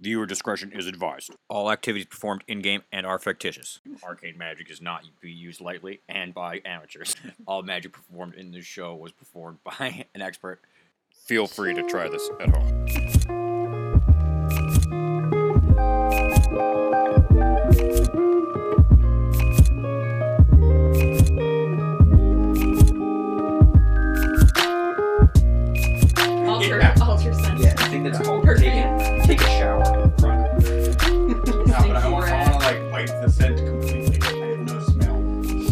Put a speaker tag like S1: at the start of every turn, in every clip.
S1: Viewer discretion is advised. All activities performed in game and are fictitious. Arcade magic is not to be used lightly and by amateurs. All magic performed in this show was performed by an expert. Feel free to try this at home.
S2: Alter,
S1: Yeah.
S2: alter sense.
S3: Yeah, I think that's called
S2: Perfect.
S3: take, it, take a shower in front.
S4: No, but I
S2: Stinky
S4: want,
S2: rat.
S4: to like wipe the scent completely. I have no smell.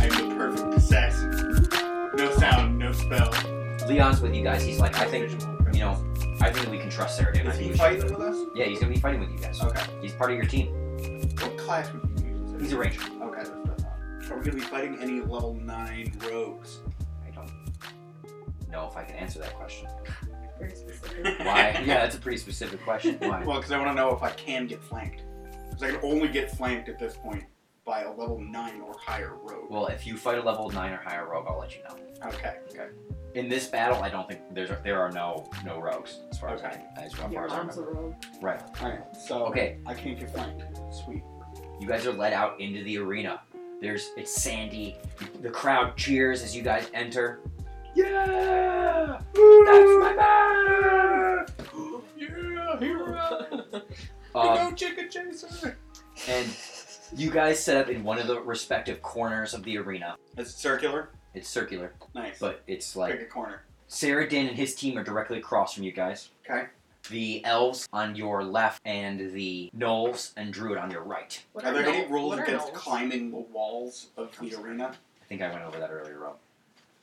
S4: I am the perfect assassin. No sound, no spell.
S3: Leon's with you guys. He's like, I think, you know, I think we can trust Sarah. dude. I
S4: Is
S3: think
S4: he
S3: we should-
S4: fighting with us?
S3: Yeah, he's gonna be fighting with you guys.
S4: Okay.
S3: He's part of your team.
S4: What class would you use?
S3: He's a ranger.
S4: Okay, that's what I thought. Are we gonna be fighting any level nine rogues?
S3: I don't know if I can answer that question.
S2: Very specific.
S3: Why? yeah, that's a pretty specific question. Why?
S4: Well, because I want to know if I can get flanked. Because I can only get flanked at this point by a level nine or higher rogue.
S3: Well, if you fight a level nine or higher rogue, I'll let you know.
S4: okay. Okay.
S3: In this battle, I don't think there's there are no no rogues as far as
S4: Okay.
S3: I as far
S2: Your
S3: as I
S2: mom's a
S3: remember.
S2: rogue.
S3: Right.
S4: All right. So
S3: Okay.
S4: I can't get flanked. Sweet.
S3: You guys are led out into the arena. There's it's sandy. The crowd cheers as you guys enter.
S4: Yeah.
S3: That's my man.
S4: Yeah, hero.
S3: Um,
S4: chicken chaser.
S3: and you guys set up in one of the respective corners of the arena.
S4: It's circular.
S3: It's circular,
S4: Nice.
S3: but it's
S4: Pick
S3: like
S4: a corner.
S3: Sarah Dan and his team are directly across from you guys.
S4: Okay.
S3: The elves on your left and the gnolls and druid on your right.
S2: What
S4: Are there
S2: no-
S4: any rules
S2: what are
S4: against
S2: no's?
S4: climbing the walls of the arena?
S3: I think I went over that earlier, Rob.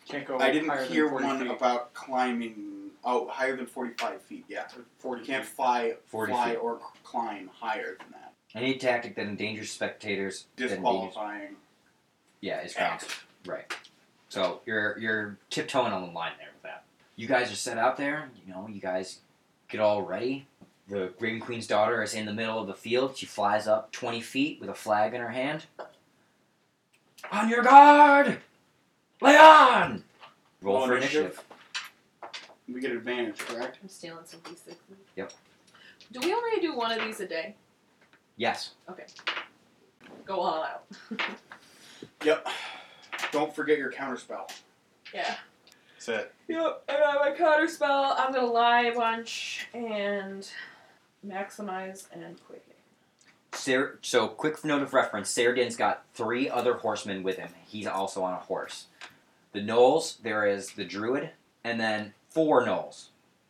S5: Can't go.
S4: I didn't
S5: Oh, higher than
S4: hear
S5: 40
S4: one
S5: feet.
S4: about climbing. Oh, higher than forty-five feet. Yeah.
S5: Forty.
S4: You can't fly,
S3: 40
S4: fly
S3: feet.
S4: or c- climb higher than that.
S3: Any tactic that endangers spectators that endangers-
S4: Disqualifying.
S3: Yeah, it's grounds. Right. So you're you're tiptoeing on the line there with that. You guys are set out there, you know, you guys get all ready. The Raven Queen's daughter is in the middle of the field. She flies up twenty feet with a flag in her hand. On your guard! Lay on! Roll
S4: Roll
S3: for
S4: initiative.
S3: initiative.
S4: We get advantage, correct?
S2: I'm stealing some d6s.
S3: Yep.
S2: Do we only do one of these a day?
S3: Yes.
S2: Go all out.
S4: Yep. Don't forget your counterspell.
S2: Yeah.
S4: That's it.
S2: Yep. I got my counter spell. I'm gonna lie a bunch and maximize and quick.
S3: Sar- so quick note of reference, Saradin's got three other horsemen with him. He's also on a horse. The Knolls, there is the druid, and then four Knolls.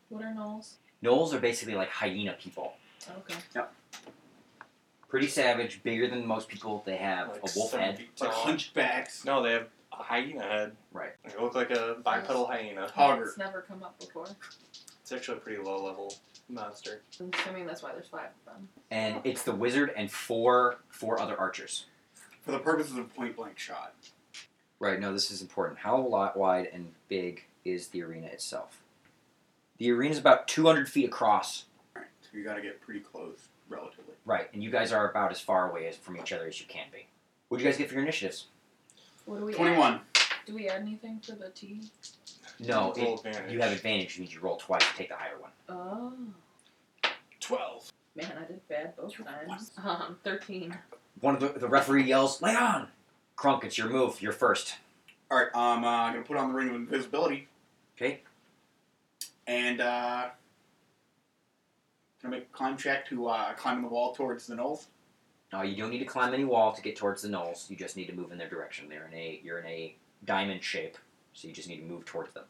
S2: What are nulls?
S3: Gnolls are basically like hyena people.
S2: Okay.
S3: Pretty savage, bigger than most people. They have
S5: Like
S3: a wolf
S5: seven
S3: head.
S5: feet
S4: It's like
S5: tall.
S4: hunchbacks.
S5: No, they have a hyena head.
S3: Right.
S5: They look like a bipedal hyena.
S4: Hogger.
S2: It's never come up before.
S5: It's actually a pretty low level monster.
S2: I'm assuming that's why there's five of them.
S3: And it's the wizard and four four other archers.
S4: For the purposes of point blank shot.
S3: Right, no, this is important. How lot wide and big is the arena itself? The arena's about 200 feet across.
S4: Alright, so you gotta get pretty close, relatively.
S3: Right, and you guys are about as far away as, from each other as you can be. What'd you guys get for your initiatives?
S2: What do we? add?
S4: 21.
S2: Do we add anything for the T?
S3: No,
S5: Roll
S3: it-
S5: advantage.
S3: you have advantage. You need to roll twice to take the higher one.
S2: Oh.
S5: 12.
S2: Man, I did bad both times. Um, thirteen.
S3: One of the, the referee yells, "Lay on!" Crunk, it's your move. You're first.
S4: Alright, I'm uh, gonna put on the ring of invisibility.
S3: 'Kay.
S4: And, uh. Gonna make a climb check to uh, climbing the wall towards the knolls.
S3: No, you don't need to climb any wall to get towards the knolls. You just need to move in their direction. They're in a you're in a diamond shape, so you just need to move towards them.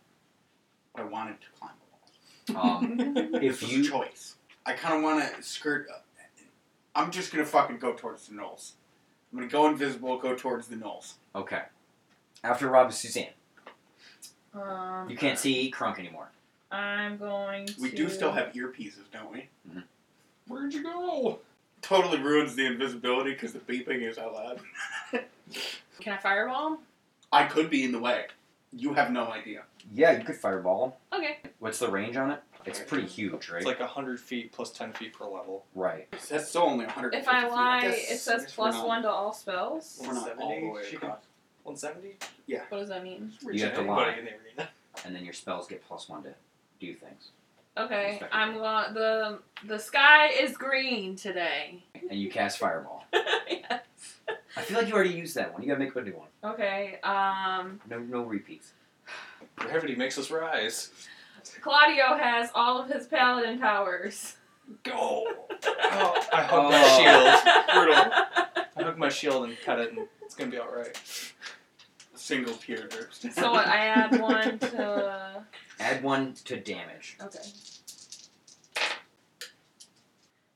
S4: I wanted to climb the wall.
S3: Um, if
S4: This was a
S3: you
S4: choice. I kind of want to skirt. uh, I'm just gonna fucking go towards the knolls. I'm gonna go invisible, go towards the knolls.
S3: okay, after Rob is Suzanne,
S2: Um,
S3: you can't see Crunk anymore.
S2: I'm going to.
S4: We do still have earpieces, don't we?
S3: Mm-hmm.
S5: Where'd you go?
S4: Totally ruins the invisibility because the beeping is out loud.
S2: Can I fireball? 'em?
S4: I could be in the way. You have no idea.
S3: Yeah, you could fireball
S2: Okay.
S3: him. What's the range on it? It's pretty huge, right?
S5: It's like 100 feet plus 10 feet per level.
S3: right.
S4: That's still only 100.
S2: If I lie,
S5: guess-
S2: it says
S5: guess we're
S2: plus
S4: not-
S2: one to all spells.
S4: we're not all the
S5: 70,
S4: way
S5: she
S4: across.
S5: 170?
S2: What does that mean?
S5: Reach
S3: You have to
S5: anybody
S3: lie.
S5: in the arena.
S3: And then your spells get plus one to do things.
S2: Okay,
S3: Respect.
S2: I'm going. the The sky is green today.
S3: and you cast Fireball.
S2: Yeah.
S3: I feel like you already used that one. You gotta make up a new one.
S2: Okay. Um,
S3: No, no repeats.
S5: Gravity makes us rise.
S2: Claudio has all of his paladin powers.
S5: Go! Oh, I
S3: Oh.
S5: hug my shield. Brutal. I hug my shield and cut it, and it's gonna be alright.
S4: Single tier. there.
S2: so what? I add one to.
S3: Add one to damage.
S2: Okay.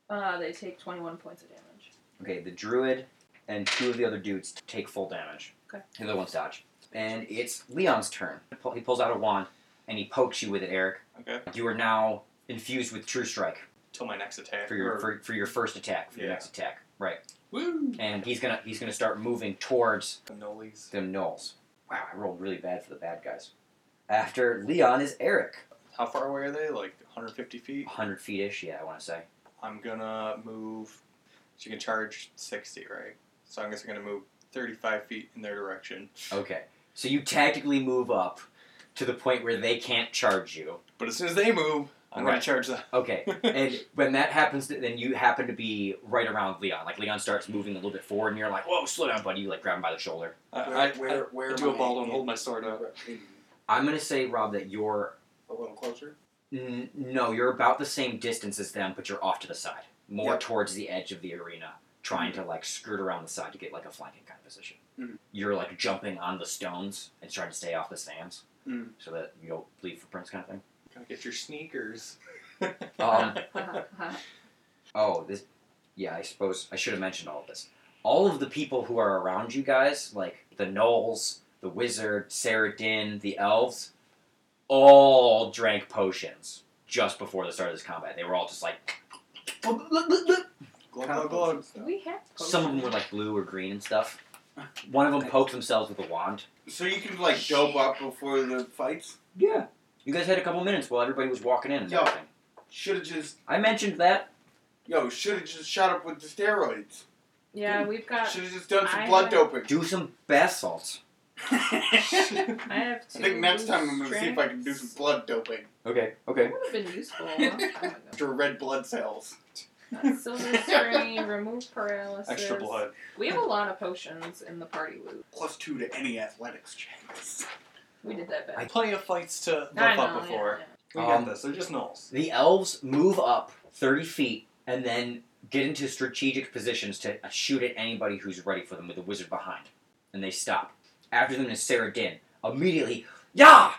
S2: Uh, they take 21 points of damage.
S3: Okay, the druid and two of the other dudes take full damage.
S2: Okay.
S3: The other ones dodge. And it's Leon's turn. Pu- He pulls out a wand and he pokes you with it, Eric.
S5: Okay.
S3: You are now infused with True Strike
S5: Till my next attack.
S3: for your
S5: or-
S3: for, for your first attack, for your
S5: Yeah.
S3: next attack, right?
S5: Woo!
S3: And he's gonna he's gonna start moving towards
S5: Cannolis.
S3: the gnolls. Wow, I rolled really bad for the bad guys. After Leon is Eric,
S5: How far away are they? Like 150 feet?
S3: 100 feet ish. Yeah, I want to say.
S5: I'm gonna move. So you can charge 60, right? So I'm just gonna move 35 feet in their direction.
S3: Okay, so you tactically move up to the point where they can't charge you.
S5: But as soon as they move, I'm
S3: Right.
S5: gonna charge them.
S3: Okay, and when that happens, then you happen to be right around Leon. Like Leon starts moving a little bit forward, and you're like, "Whoa, slow down, buddy!" You like grab him by the shoulder.
S5: I,
S4: Where-
S5: I,
S4: where-
S5: I,
S4: where
S5: I do
S4: am
S5: a
S4: I
S5: ball and
S4: in-
S5: hold my sword up.
S3: I'm gonna say, Rob, that you're
S4: A little closer.
S3: n- no, you're about the same distance as them, but you're off to the side, more
S4: Yep.
S3: towards the edge of the arena, trying to like skirt around the side to get like a flanking kind of position.
S4: Mhm.
S3: You're like jumping on the stones and trying to stay off the sands,
S4: Mhm.
S3: so that you don't leave footprints, kind of thing.
S5: Gotta get your sneakers.
S3: Um, Oh, this. Yeah, I suppose I should have mentioned all of this. All of the people who are around you guys, like the gnolls, the wizard, Saradin, the elves, all drank potions just before the start of this combat. They were all just like.
S5: glug, glug, glug.
S2: we have.
S3: Some of them were like blue or green and stuff. One of them poked themselves with a wand.
S4: So you can like dope up before the fights.
S3: Yeah. You guys had a couple minutes while everybody was walking in. And
S4: Yeah.
S3: everything.
S4: Should have just
S3: I mentioned that.
S4: yo. Should have just shot up with the steroids.
S2: Yeah, we've got.
S4: Should have just done some
S2: Uh, I-
S4: blood doping.
S3: Do some bath salts.
S4: I
S2: I have two.
S4: think next time I'm gonna see if I can do some blood doping
S3: Okay, okay.
S2: Would have been useful. a long time ago.
S4: after red blood cells.
S2: Silver screen, remove paralysis.
S5: Extra blood.
S2: We have a lot of potions in the party loot.
S4: Plus two to any athletics checks.
S2: We did that
S3: I-
S2: bad.
S5: Plenty of fights to
S2: I
S5: buff
S2: know,
S5: up
S2: yeah,
S5: before.
S2: yeah.
S5: We got
S3: Um,
S5: this. They're just gnolls.
S3: The elves move up 30 feet and then get into strategic positions to uh, shoot at anybody who's ready for them with the wizard behind. And they stop. After them is Sarah Din. Immediately, Yah!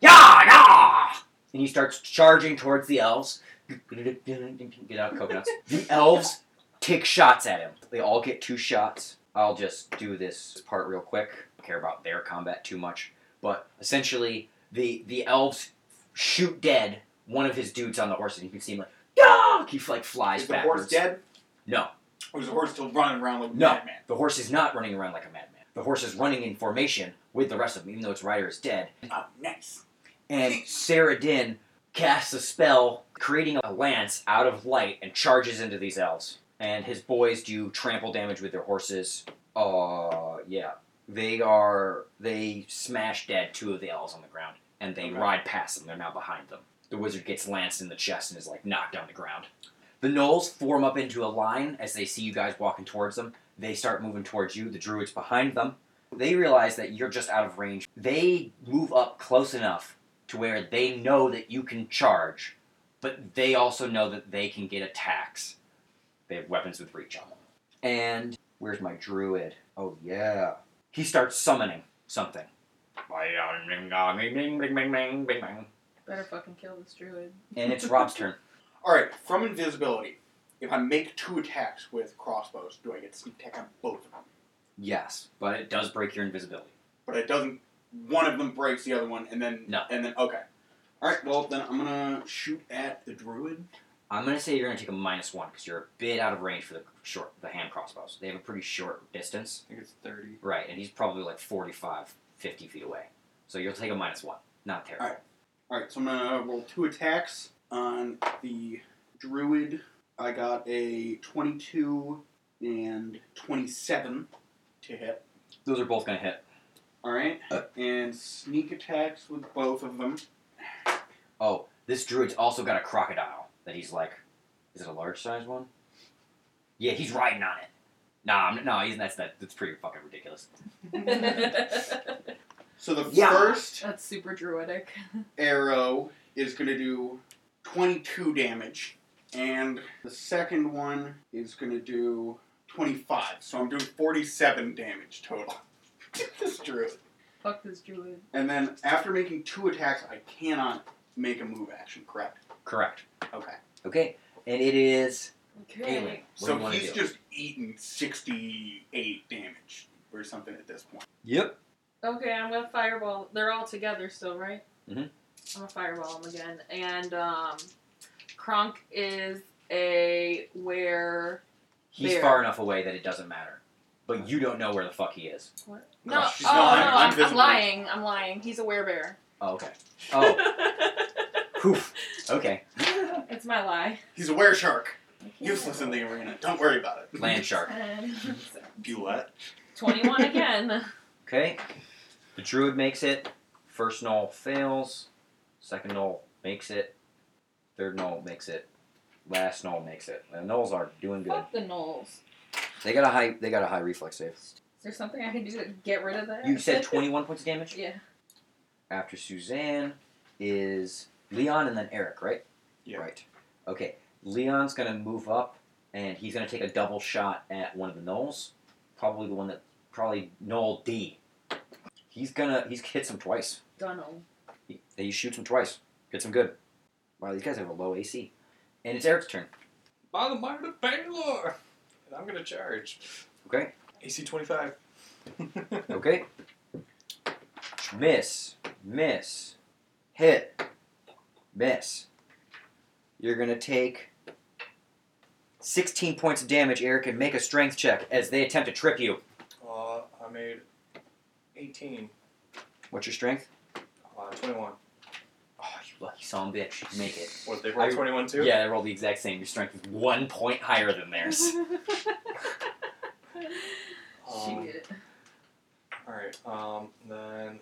S3: Yah! Yah! And he starts charging towards the elves. Get out, coconuts. The elves take shots at him. They all get two shots. I'll just do this part real quick. Don't care about their combat too much. But essentially, the, the elves shoot dead one of his dudes on the horse, and you can see him like, Yah! he like flies
S4: Is the
S3: backwards.
S4: horse dead?
S3: No.
S4: Or is the horse still running around like a
S3: No.
S4: madman?
S3: The horse is not running around like a madman. The horse is running in formation with the rest of them, even though its rider is dead.
S4: Oh, nice.
S3: And Sarah Din casts a spell, creating a lance out of light, and charges into these elves. And his boys do trample damage with their horses. Uh, yeah. They are. They smash dead two of the elves on the ground, and they
S4: Okay.
S3: ride past them. They're now behind them. The wizard gets lanced in the chest and is like knocked on the ground. The gnolls form up into a line as they see you guys walking towards them. They start moving towards you. The druids behind them. They realize that you're just out of range. They move up close enough to where they know that you can charge, but they also know that they can get attacks. They have weapons with reach on them. And where's my druid? Oh yeah. He starts summoning something. And
S2: Better fucking kill this druid.
S3: it's Rob's turn.
S4: All right, from invisibility, if I make two attacks with crossbows, do I get sneak attack on both of them?
S3: Yes, but it does break your invisibility.
S4: But it doesn't. One of them breaks the other one, and then
S3: No.
S4: and then okay. All right, well then I'm gonna shoot at the druid.
S3: I'm gonna say you're gonna take a minus one because you're a bit out of range for the short, the hand crossbows. They have a pretty short distance,
S5: I think it's 30.
S3: right? And he's probably like 45, 50 feet away. So you'll take a minus one. Not terrible.
S4: All All right, so I'm gonna roll two attacks on the druid. I got a 22 and 27 to hit.
S3: Those are both gonna hit. Uh.
S4: All right, and sneak attacks with both of them.
S3: Oh, This druid's also got a crocodile that he's like, is it a large size one? Yeah, he's riding on it. Nah, I'm, no, he's that's that, that's pretty fucking ridiculous.
S4: So the
S3: Yeah.
S4: first
S2: That's super druidic.
S4: arrow is going to do 22 damage, and the second one is going to do 25. So I'm doing 47 damage total. this druid.
S2: Fuck this druid.
S4: And then after making two attacks, I cannot make a move action. Correct.
S3: Correct.
S4: Okay.
S3: Okay, and it is Aelin. What do you
S4: so
S3: want to
S4: he's
S3: do?
S4: just eaten 68 damage or something at this point.
S3: yep.
S2: Okay, I'm gonna fireball. They're all together still, right?
S3: Mhm.
S2: I'm gonna fireball them again. And um, Kronk is a where?
S3: He's
S2: There.
S3: far enough away that it doesn't matter, but you don't know where the fuck he is.
S2: What? No,
S3: Gosh,
S2: oh
S3: she's
S2: no,
S3: not lying.
S2: I'm, I'm
S4: Invisible.
S2: lying. I'm lying. He's a werebear.
S3: Oh, okay. Oh, poof. Okay.
S2: it's my lie.
S4: He's a were shark. Useless in the arena. Don't worry about it.
S3: Land shark.
S2: And-
S5: Bulette.
S2: Um, Twenty-one again.
S3: Okay. The druid makes it. First null fails. Second null makes it. Third null makes it. Last null makes it. The nulls are doing good.
S2: Fuck the gnolls.
S3: They got a high. They got a high reflex save.
S2: Is there something I can do to get rid of that?
S3: You said twenty-one points of damage.
S2: yeah.
S3: After Suzanne is Leon and then Eric, right?
S5: Yeah.
S3: Right. Okay. Leon's gonna move up and he's gonna take a double shot at one of the knolls. Probably the one that probably knoll D. He's gonna he's hits him twice.
S2: Dunno.
S3: He, he shoots him twice. Gets him good. Wow, these guys have a low AC. And it's Eric's turn.
S5: By the might of Bangalore. And I'm gonna charge.
S3: Okay.
S5: AC 25. Hmm.
S3: Okay. miss. Miss. Hit. Miss. You're going to take 16 points of damage, Eric, and make a strength check as they attempt to trip you.
S5: uh, I made 18.
S3: What's your strength?
S5: Uh, 21.
S3: Oh, you lucky son of a bitch. Make it.
S5: What, they rolled
S3: I-
S5: 21 too?
S3: Yeah, they rolled the exact same. Your strength is one point higher than theirs.
S5: Um,
S2: Shit.
S5: Alright, um, then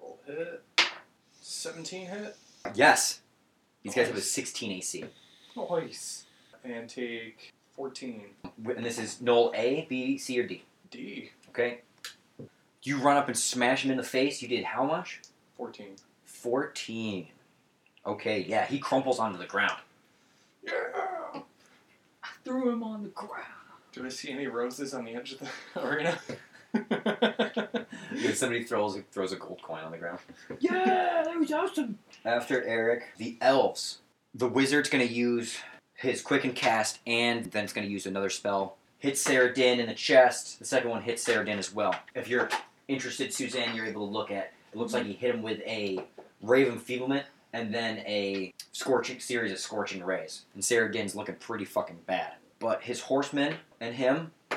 S5: roll hit. 17 hit.
S3: yes. These guys have a 16 AC.
S5: Nice. And take 14.
S3: and this is null A, B, C, or D.
S5: D.
S3: Okay. You run up and smash him in the face. You did how much?
S5: 14.
S3: Fourteen. Okay. Yeah, he crumples onto the ground.
S5: Yeah!
S2: Threw him on the ground.
S5: Do I see any roses on the edge of the arena?
S3: Yeah, somebody throws throws a gold coin on the ground.
S5: yeah, that was awesome.
S3: After Eric, the elves. The wizard's gonna use his quicken cast, and then it's gonna use another spell. Hits Sarah Din in the chest. The second one hits Sarah Din as well. If you're interested, Suzanne, you're able to look at. It looks like he hit him with a Raven Feeblement and then a scorching series of scorching rays. And Sarah Din's looking pretty fucking bad. But his horsemen and him, oh,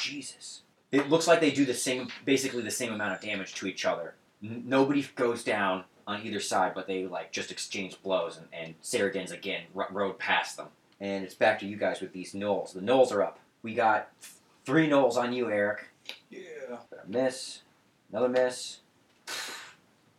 S3: Jesus. It looks like they do the same, basically the same amount of damage to each other. N- nobody goes down on either side, but they like just exchange blows, and, and Saradin's again r- rode past them. And it's back to you guys with these knolls. The knolls are up. We got three knolls on you, Eric.
S5: Yeah.
S3: A miss, another miss,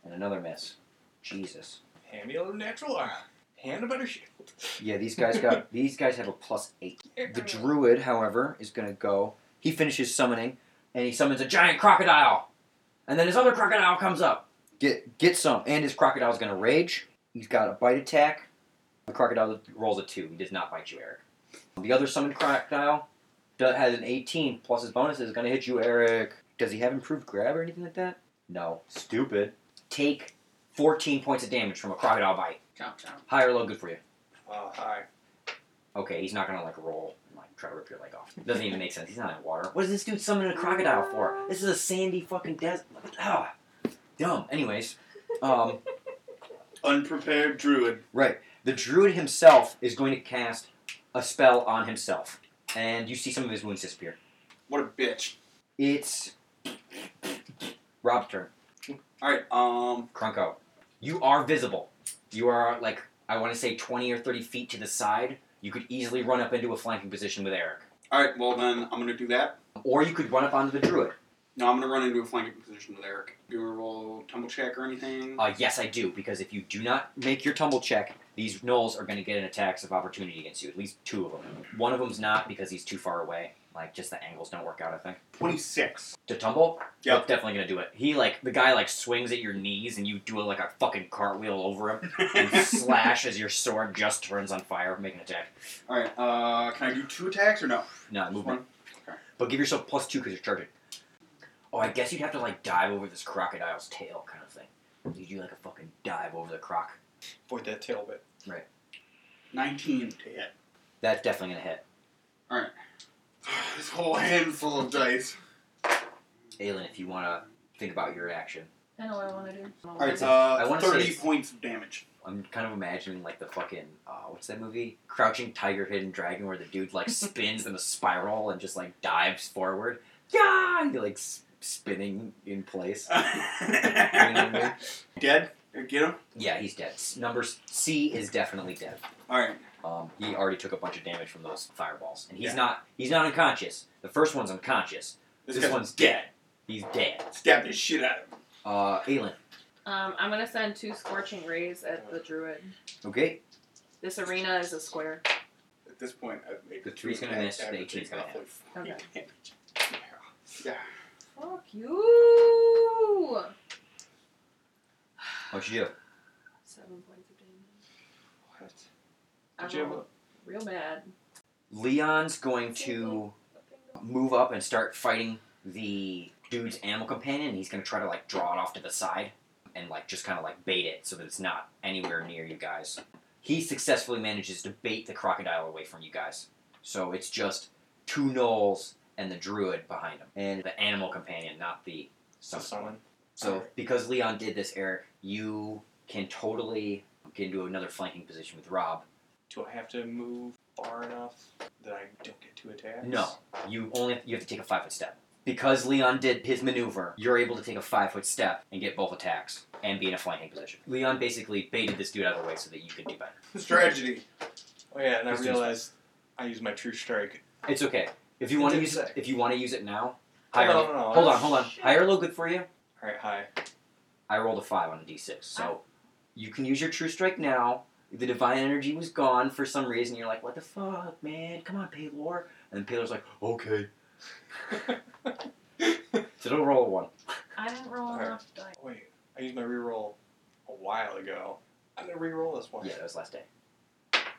S3: and another miss. Jesus.
S5: Hand me a little natural arm. Hand a better shield.
S3: Yeah, these guys got these guys have a plus eight. The druid, however, is gonna go. He finishes summoning, and he summons a giant crocodile, and then his other crocodile comes up. Get get some, and his crocodile's gonna rage. He's got a bite attack. The crocodile rolls a two. He does not bite you, Eric. The other summoned crocodile do- has an eighteen plus his bonus is gonna hit you, Eric. Does he have improved grab or anything like that? No. Stupid. Take fourteen points of damage from a crocodile bite.
S2: Chomp chomp.
S3: High or low, good for you.
S5: Uh, hi.
S3: Okay, he's not gonna like roll and like try to rip your leg off. Doesn't even make sense. He's not in water. What is this dude summoning a crocodile for? This is a sandy fucking desert. Ah, dumb. Anyways, um,
S4: Unprepared druid.
S3: right. The druid himself is going to cast a spell on himself, and you see some of his wounds disappear.
S4: What a bitch.
S3: It's Rob's turn.
S4: Alright, um,
S3: Krunko, you are visible. You are like I want to say twenty or thirty feet to the side. You could easily run up into a flanking position with Eric,
S4: alright, well then I'm gonna do that.
S3: or you could run up onto the druid.
S4: No, I'm gonna run into a flanking position with Eric. You gonna roll tumble check or anything?
S3: Uh, yes, I do, because if you do not make your tumble check, these gnolls are going to get an attacks of opportunity against you. At least two of them. One of them's not because he's too far away. Like just the angles don't work out. I think
S4: Twenty six.
S3: to tumble.
S4: Yep.
S3: that's definitely going to do it. He like the guy like swings at your knees and you do like a fucking cartwheel over him and slash as your sword just turns on fire. Make an attack.
S4: All right. Uh, can I do two attacks or no?
S3: Not
S4: Just
S3: movement,
S4: one? Okay.
S3: but give yourself plus two because you're charging. Oh, I guess you'd have to like dive over this crocodile's tail kind of thing. You do like a fucking dive over the croc.
S5: Avoid that tail bit.
S4: Nineteen to hit.
S3: That's definitely going to hit.
S4: this whole handful of dice.
S3: Aelin, if you want to think about your action.
S2: I know what I want to do.
S4: All right.
S3: I
S4: Uh,
S3: wanna say
S4: thirty
S3: it's-
S4: points of damage.
S3: I'm kind of imagining like the fucking uh, what's that movie? Crouching Tiger, Hidden Dragon, where the dude like spins in a spiral and just like dives forward. Yeah, and you're like s- spinning in place. You know what I mean?
S4: Dead. Uh, Get him.
S3: Yeah, he's dead. S- Number s- C is definitely dead.
S4: All right.
S3: Um, he already took a bunch of damage from those fireballs, and he's
S4: Yeah.
S3: not he's not unconscious. The first one's unconscious.
S4: This,
S3: This
S4: guy's
S3: one's
S4: dead.
S3: He's dead.
S4: Stab the shit out of him.
S3: Uh, Aelin.
S2: Um, I'm gonna send two scorching rays at the druid.
S3: Okay.
S2: This arena is a square.
S4: At this point, I've made
S3: The three's gonna
S4: two
S3: miss,
S4: attacks,
S3: the
S4: which
S3: 18's
S4: is
S3: gonna
S4: roughly
S2: Okay.
S4: 40 damage. Yeah.
S2: Fuck you.
S3: What'd you do?
S2: Seven points of damage.
S5: What?
S2: I'm
S5: Did you have a,
S2: real bad.
S3: Leon's going to move up and start fighting the dude's animal companion. He's gonna try to like draw it off to the side and like just kind of like bait it so that it's not anywhere near you guys. He successfully manages to bait the crocodile away from you guys. So it's just two gnolls and the druid behind him, and the animal companion, not the
S5: so
S3: summon.
S5: summon?
S3: So because Leon did this, Eric, you can totally get into another flanking position with Rob.
S5: Do I have to move far enough that I don't get two attacks?
S3: No, you only you have to take a five foot step because Leon did his maneuver. You're able to take a five foot step and get both attacks and be in a flanking position. Leon basically baited this dude out of the way so that you could do better.
S4: It's tragedy.
S5: Oh yeah, and I
S3: Just use-
S5: realized I used my true strike.
S3: It's okay if you
S5: It
S3: want to
S5: didn't
S3: use it.
S5: say.
S3: If you want to use it now, higher.
S5: no, no, no.
S3: Hold on, hold on.
S2: Shit.
S3: Higher low good for you.
S5: All right, hi.
S3: I rolled a five on a d6, so you can use your true strike now. The divine energy was gone for some reason. You're like, what the fuck, man? Come on, Paylor. And Paylor's like, okay. So don't roll a one.
S2: I didn't roll
S5: Alright.
S2: enough dice.
S5: Oh, Wait, I used my reroll a while ago. I'm gonna reroll this one.
S3: Yeah, that was last day.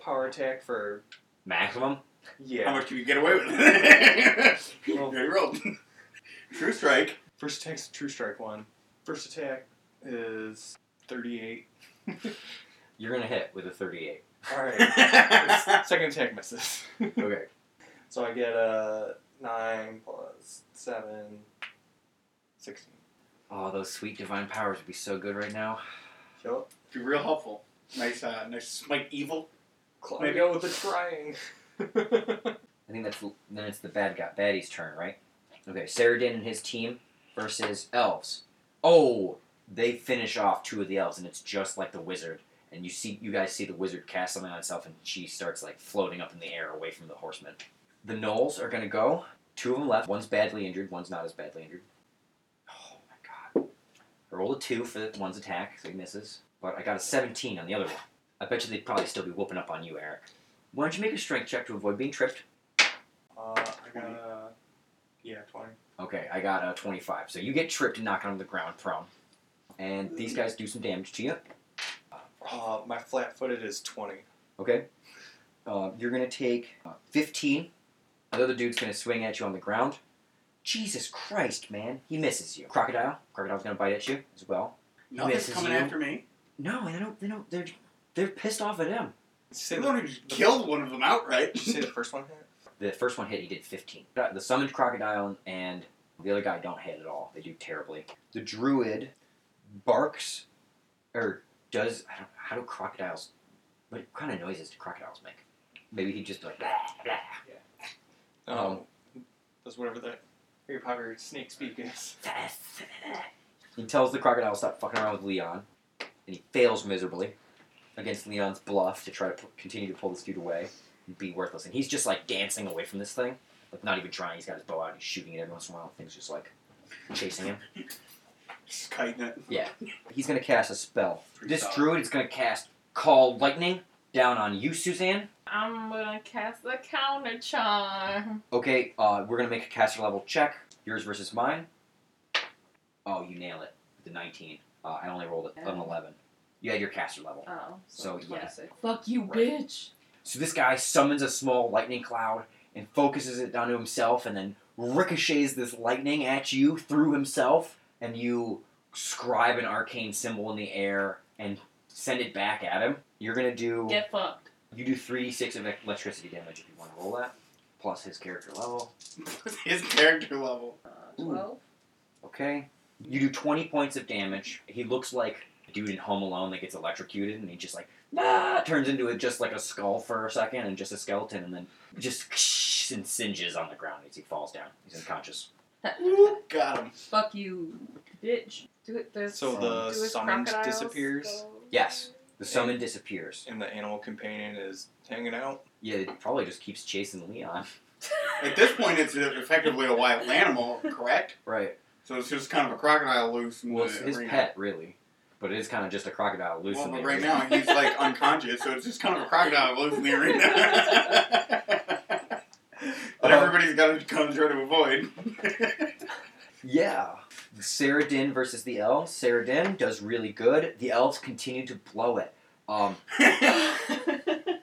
S5: Power attack for
S3: Maximum.
S5: yeah.
S4: How much can you get away with?
S5: Well-
S4: Very rolled. True strike.
S5: First attack's a true strike one. First attack is 38.
S3: You're gonna hit with a 38.
S5: All right.
S4: That's
S5: Second attack misses.
S3: Okay.
S5: so I get a nine plus seven, 16.
S3: Oh, those sweet divine powers would be so good right now.
S5: Yep.
S4: be real helpful. Nice, uh, nice smite evil.
S5: Maybe out with the trying.
S3: I think that's then it's the bad guy baddie's turn, right? Okay, Saradin and his team versus elves. Oh, they finish off two of the elves, and it's just like the wizard. And you see, you guys see the wizard cast something on itself, and she starts like floating up in the air away from the horsemen. The gnolls are gonna go. Two of them left. One's badly injured. One's not as badly injured. Oh my god! I rolled a two for the one's attack, so he misses. But I got a 17 on the other one. I bet you they'd probably still be whooping up on you, Eric. Why don't you make a strength check to avoid being tripped?
S5: Uh, I got a. Yeah, 20.
S3: Okay, I got a 25. So you get tripped and knocked on the ground prone. And these guys do some damage to you.
S5: Uh, my flat footed is 20.
S3: Okay. Uh, you're going to take uh, 15. The other dude's going to swing at you on the ground. Jesus Christ, man. He misses you. Crocodile. Crocodile's going to bite at you as well.
S4: Nothing's
S3: misses
S4: coming
S3: you.
S4: after me.
S3: No, they don't. They don't. They're they're pissed off at him.
S5: Say
S4: They
S5: the,
S4: want to just killed one of them outright.
S5: did you say the first one hit?
S3: The first one hit. He did 15. Uh, The summoned crocodile and the other guy don't hit at all. They do terribly. The druid barks, or does I don't, how do crocodiles? What kind of noises do crocodiles make? Maybe he just like blah blah.
S5: Um, that's whatever the Harry Potter snake speak is.
S3: He tells the crocodile to stop fucking around with Leon, and he fails miserably against Leon's bluff to try to p- continue to pull this dude away and be worthless. And he's just like dancing away from this thing, like not even trying. He's got his bow out, he's shooting it every once in a while. Things just like chasing him.
S4: Just kiting it.
S3: He's gonna cast a spell.
S4: Pretty
S3: This
S4: solid.
S3: druid is gonna cast Call Lightning down on you, Suzanne.
S2: I'm gonna cast the counter charm.
S3: Okay, uh, we're gonna make a caster level check. Yours versus mine. Oh, you nail it. The 19. Uh, I only rolled an 11. You had your caster level.
S2: Oh,
S3: So, yeah.
S2: 26. Fuck you,
S3: Right.
S2: bitch.
S3: So this guy summons a small lightning cloud and focuses it onto himself and then ricochets this lightning at you through himself and you scribe an arcane symbol in the air and send it back at him. You're gonna do
S2: Get fucked.
S3: you do 3d6 of electricity damage if you want to roll that. Plus his character level.
S4: His character level.
S2: Uh,
S3: Ooh.
S2: 12.
S3: Okay. You do 20 points of damage. He looks like a dude in Home Alone that gets electrocuted and he just like ah, turns into a, just like a skull for a second and just a skeleton and then just and singes on the ground as he falls down. He's unconscious.
S4: Ooh, got him.
S2: Fuck you, bitch. Do it. There's
S5: So the
S2: do his
S5: summons
S2: crocodiles
S5: disappears?
S2: go-
S3: Yes. The summon disappears.
S5: And the animal companion is hanging out.
S3: Yeah, it probably just keeps chasing Leon.
S4: At this point, it's effectively a wild animal, correct?
S3: Right.
S4: So it's just kind of a crocodile loose. in
S3: Well,
S4: the
S3: it's his
S4: arena.
S3: pet, really. But it is kind of just a crocodile loose
S4: Well,
S3: in
S4: but
S3: the
S4: right
S3: arena.
S4: now he's like unconscious, so it's just kind of a crocodile loose in the arena. that everybody's got to come try to avoid.
S3: Yeah. Saradin versus the elves. Saradin does really good. The elves continue to blow it. Um,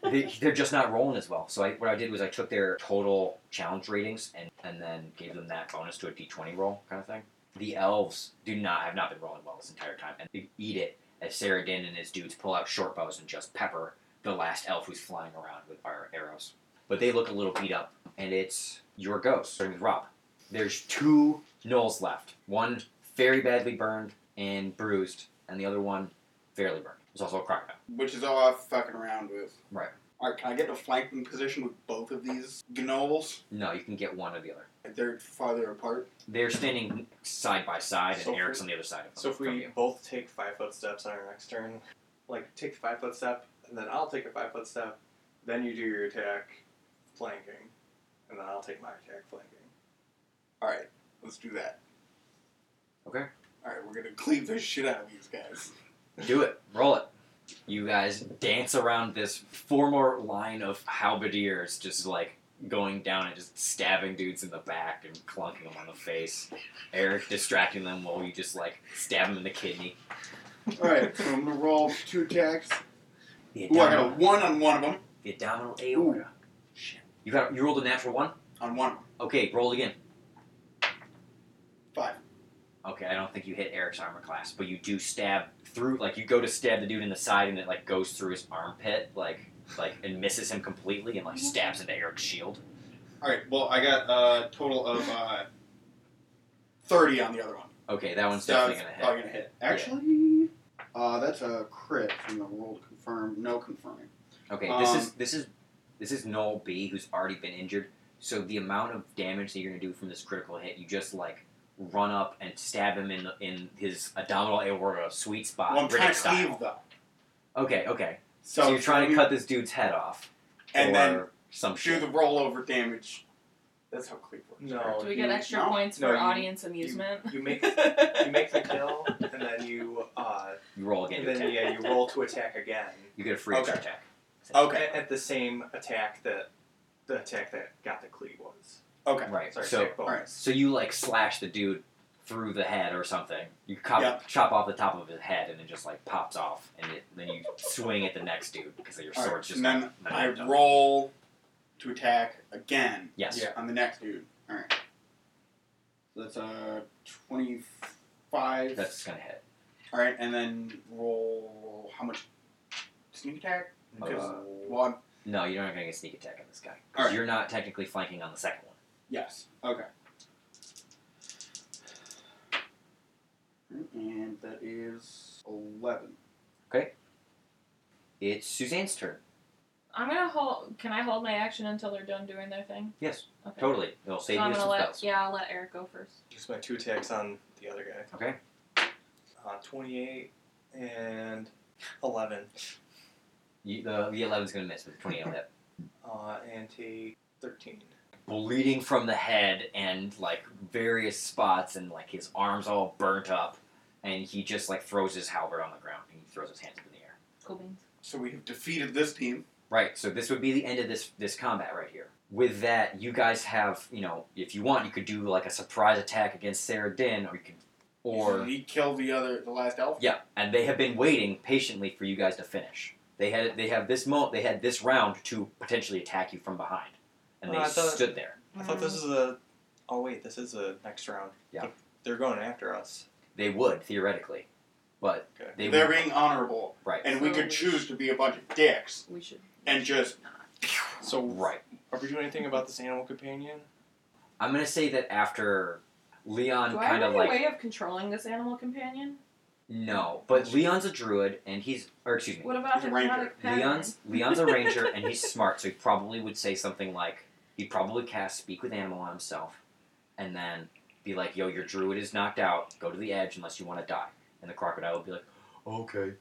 S3: they, they're just not rolling as well. So I, what I did was I took their total challenge ratings and, and then gave them that bonus to a d20 roll kind of thing. The elves do not have not been rolling well this entire time, and they eat it as Saradin and his dudes pull out short bows and just pepper the last elf who's flying around with our arrows. But they look a little beat up, and it's your ghost starting with Rob. There's two gnolls left. One very badly burned and bruised, and the other one fairly burned. There's also a crocodile.
S4: Which is all I'm fucking around with.
S3: Right.
S4: Alright, can I get in a flanking position with both of these gnolls?
S3: No, you can get one or the other.
S4: They're farther apart.
S3: They're standing side by side,
S5: So
S3: and
S5: if
S3: Eric's
S5: we-
S3: on the other side of them.
S5: So if
S3: from
S5: we
S3: you.
S5: both take five foot steps on our next turn, like take the five foot step, and then I'll take a five foot step, then you do your attack flanking, and then I'll take my attack flanking.
S4: Alright, let's do that.
S3: Okay.
S4: Alright, we're gonna cleave this shit out of these guys.
S3: do it, roll it. You guys dance around this former line of halberdiers, just like going down and just stabbing dudes in the back and clunking them on the face. Eric distracting them while you just like stab them in the kidney.
S4: Alright, so I'm gonna roll two attacks.
S3: The
S4: Ooh, I got a
S3: abdominal,
S4: one on one of them.
S3: the abdominal aorta. Shit. You got you rolled a natural one.
S4: On one of them.
S3: Okay, roll again.
S4: Five.
S3: Okay, I don't think you hit Eric's armor class, but you do stab through. Like you go to stab the dude in the side, and it like goes through his armpit, like like and misses him completely, and like stabs into Eric's shield.
S4: Alright, well, I got a total of uh, 30 on the other one.
S3: Okay, that one's
S4: So
S3: definitely
S4: it's
S3: gonna hit.
S4: probably gonna hit. Actually, uh, that's a crit from the roll to confirm. No confirming.
S3: Okay, this
S4: Um,
S3: is this is this is Noel B, who's already been injured. So the amount of damage that you're gonna do from this critical hit, you just like run up and stab him in the, in his abdominal aorta sweet spot.
S4: well, I'm trying
S3: Riddick
S4: to
S3: Ah, style.
S4: cleave though.
S3: Okay, okay.
S4: So,
S3: you're trying to cut this dude's head off,
S4: and
S3: or
S4: then
S3: some
S4: do
S3: shit.
S4: the rollover damage. That's how cleave works.
S5: No.
S2: Do we get
S5: you-
S2: extra
S4: no,
S2: points
S5: no,
S2: for
S5: you-
S2: audience amusement?
S5: you make- You make the kill, and then you uh,
S3: you roll again.
S5: and
S3: to
S5: then
S3: attack.
S5: yeah, you roll to attack again.
S3: You get a free extra
S4: Okay.
S3: attack.
S4: Okay.
S5: At, at the same attack that the attack that got the cleave was.
S4: Okay.
S3: Right.
S5: Sorry,
S3: so
S5: attack bonus.
S4: alright.
S3: so you like slash the dude through the head or something. You cop,
S4: Yeah.
S3: chop off the top of his head and it just like pops off, and it, then you swing at the next dude because your
S4: All right,
S3: sword's just.
S4: and then
S3: not-
S4: I
S3: not-
S4: roll to attack again
S3: Yes.
S5: Yeah.
S4: on the next dude. All right. So that's a twenty-five.
S3: That's gonna hit.
S4: all right, and then roll how much sneak attack? Because
S3: Uh,
S4: well, I'm-
S3: No, you're not gonna get sneak attack on this guy. 'cause
S4: Alright.
S3: You're not technically flanking on the second one.
S4: Yes. Okay. And that is eleven.
S3: It's Suzanne's turn.
S2: I'm gonna hold. Can I hold my action until they're done doing their thing?
S3: Yes.
S2: Okay.
S3: Totally. It'll save
S2: So I'm
S3: you
S2: gonna
S3: some
S2: let.
S3: spells.
S2: Yeah, I'll let Eric go first.
S5: Use my two attacks on the other guy.
S3: Okay.
S5: Uh, 28 and 11.
S3: You, the the eleven's gonna miss with the twenty on that.
S5: Uh, and take 13.
S3: bleeding from the head and like various spots and like his arms all burnt up, and he just like throws his halberd on the ground and he throws his hands up in the air.
S6: Cool beans.
S4: So we have defeated this team.
S3: Right. So this would be the end of this this combat right here. With that, you guys have you know if you want you could do like a surprise attack against Sarah Din, or you could or
S4: Did he kill the other, the last elf.
S3: Yeah, and they have been waiting patiently for you guys to finish. They had they have this mo they had this round to potentially attack you from behind, and they
S5: Well, I thought-
S3: stood there.
S5: I thought this is a. Oh wait, this is a next round.
S3: Yeah.
S5: They're going after us.
S3: They would theoretically, but
S5: Okay.
S3: they
S4: They're
S3: were
S4: being honorable,
S3: right,
S4: and we could choose to be a bunch of dicks
S6: We should.
S4: and just
S5: So
S3: right.
S5: Are we doing anything about this animal companion?
S3: I'm gonna say that after Leon
S2: Do I
S3: kind
S2: have
S3: of
S2: any
S3: like
S2: way of controlling this animal companion?
S3: no, but Leon's a druid and he's or excuse me,
S2: What about
S4: He's a ranger.
S2: hypnotic pattern?
S3: Leon's Leon's a ranger and he's smart, so he probably would say something like he'd probably cast speak with animal on himself, and then be like, "Yo, your druid is knocked out. Go to the edge unless you want to die." And the crocodile would be like, "Okay."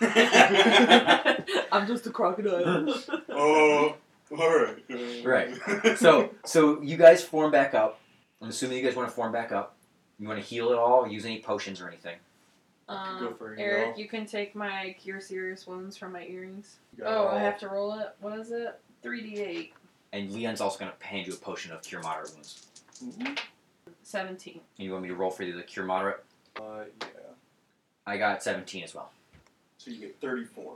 S6: I'm just a crocodile.
S4: oh, all right.
S3: Right. So so you guys form back up. I'm assuming you guys want to form back up. You want to heal it all, use any potions or anything.
S5: I could go
S2: Um,
S5: for a
S2: Eric,
S5: yell.
S2: you can take my cure serious wounds from my earrings. Oh, I have to roll it. What is it? Three d eight.
S3: And Leon's also gonna hand you a potion of cure moderate wounds.
S2: Seventeen.
S3: And you want me to roll for the cure moderate?
S5: Uh, yeah.
S3: I got 17 as well.
S4: So you get 34.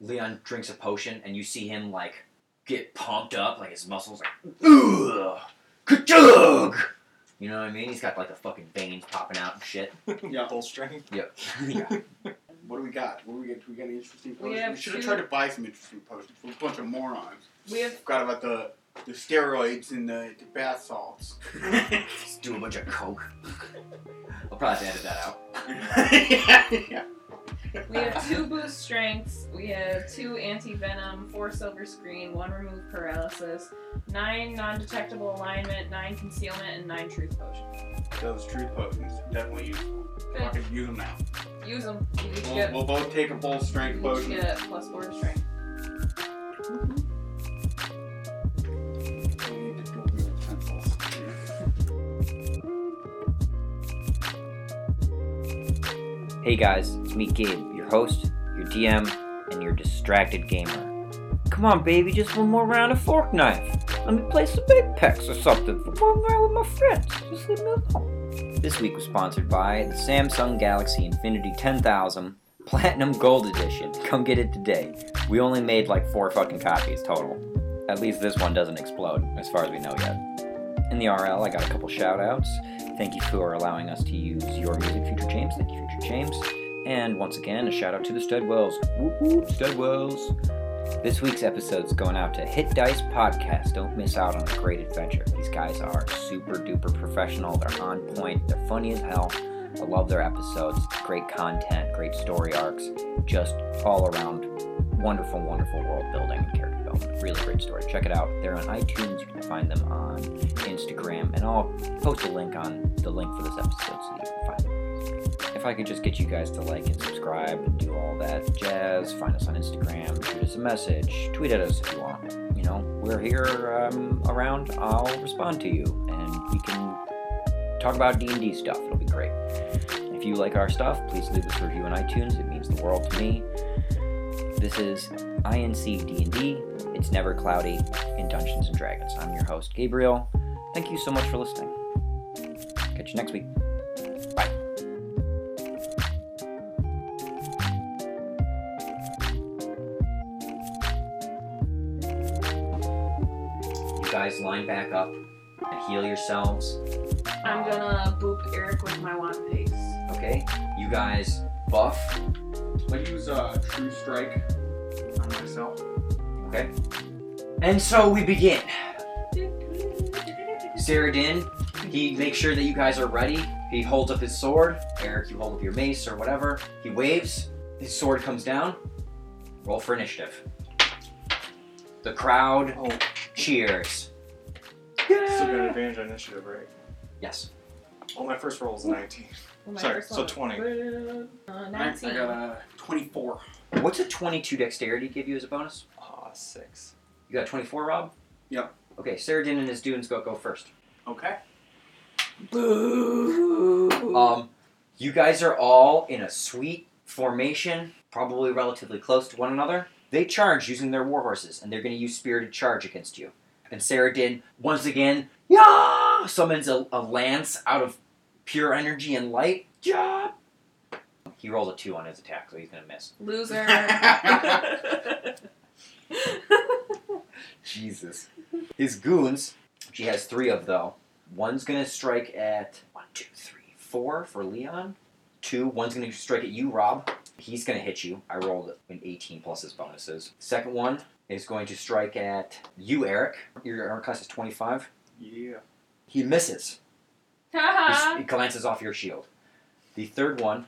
S3: Leon drinks a potion, and you see him like get pumped up, like his muscles like ugh, ka-chug! You know what I mean? He's got like the fucking veins popping out and shit.
S4: Yeah.
S5: Full strength.
S3: Yep. yeah.
S4: What do we got? What do we get? Do we got any interesting potions?
S2: have
S4: should have
S2: two-
S4: tried to buy some interesting potions. We're a bunch of morons.
S2: We have
S4: Forgot about the the steroids and the, the bath salts. yeah,
S3: Just do a bunch of coke. I'll probably have to edit that out.
S4: yeah.
S2: We have two boost strengths. We have two anti venom, four silver screen, one remove paralysis, nine non detectable alignment, nine concealment, and nine truth potions.
S4: Those truth potions definitely useful. I
S2: Good.
S4: could use them now.
S2: Use them. You each
S4: We'll,
S2: get,
S4: we'll both take a full
S2: you
S4: strength
S2: each
S4: potion.
S2: get plus four to strength.
S4: Mm-hmm. We need to do real pencils.
S3: Hey guys, it's me, Gabe, your host, your DM, and your distracted gamer. Come on, baby, just one more round of fork knife. Let me play some Apex or something for one round with my friends. Just leave me alone. This week was sponsored by the Samsung Galaxy Infinity 10000 Platinum Gold Edition. Come get it today. We only made like four fucking copies total. At least this one doesn't explode, as far as we know yet. In the RL, I got a couple shout outs. Thank you for allowing us to use your music, Future James. Thank you, Future James. And once again, a shout out to the Studwells. Whoop whoop, Studwells. This week's episode's going out to Hit Dice Podcast. Don't miss out on a great adventure. These guys are super duper professional. They're on point. They're funny as hell. I love their episodes. Great content, great story arcs. Just all around wonderful, wonderful world building and character development. Really great story. Check it out. They're on iTunes. You can find them on Instagram, and I'll post a link on the link for this episode so that you can find it. If I could just get you guys to like and subscribe and do all that jazz, find us on Instagram, shoot us a message, tweet at us if you want. You know, we're here um, around. I'll respond to you, and we can talk about D and D stuff. It'll be great. If you like our stuff, please leave us a review on iTunes. It means the world to me. This is INC D&D. It's never cloudy in Dungeons and Dragons. I'm your host, Gabriel. Thank you so much for listening. Catch you next week. You guys line back up and heal yourselves.
S2: I'm gonna boop Eric with my wand paste.
S3: Okay. You guys buff.
S4: I use uh, True Strike on myself.
S3: Okay. And so we begin. Saradin, he makes sure that you guys are ready. He holds up his sword. Eric, you hold up your mace or whatever. He waves. His sword comes down. Roll for initiative. The crowd
S5: Oh.
S3: cheers.
S5: Still got advantage on initiative, right?
S3: Yes.
S5: Well, my first roll is a 19.
S2: Well, my
S5: Sorry,
S2: first
S5: so
S2: one-
S5: 20.
S2: Uh,
S4: Alright,
S2: 19.
S4: I got a 24.
S3: What's a 22 dexterity give you as a bonus?
S5: Ah, six.
S3: You got 24, Rob?
S4: Yep.
S3: Okay, Saradin and his dunes go go first.
S4: Okay.
S6: Boo.
S3: Um, you guys are all in a sweet formation, probably relatively close to one another. They charge using their war horses, and they're going to use spirited charge against you. And Saradin, once again, yeah, summons a, a lance out of pure energy and light. Yeah. He rolled a two on his attack, so he's going to miss.
S2: Loser.
S3: Jesus. His goons, she has three of though. One's gonna strike at one, two, three, four for Leon. Two, one's gonna strike at you, Rob. He's gonna hit you. I rolled an 18 plus his bonuses. Second one is going to strike at you, Eric. Your armor class is 25.
S5: Yeah.
S3: He misses. He s-
S2: Haha.
S3: He glances off your shield. The third one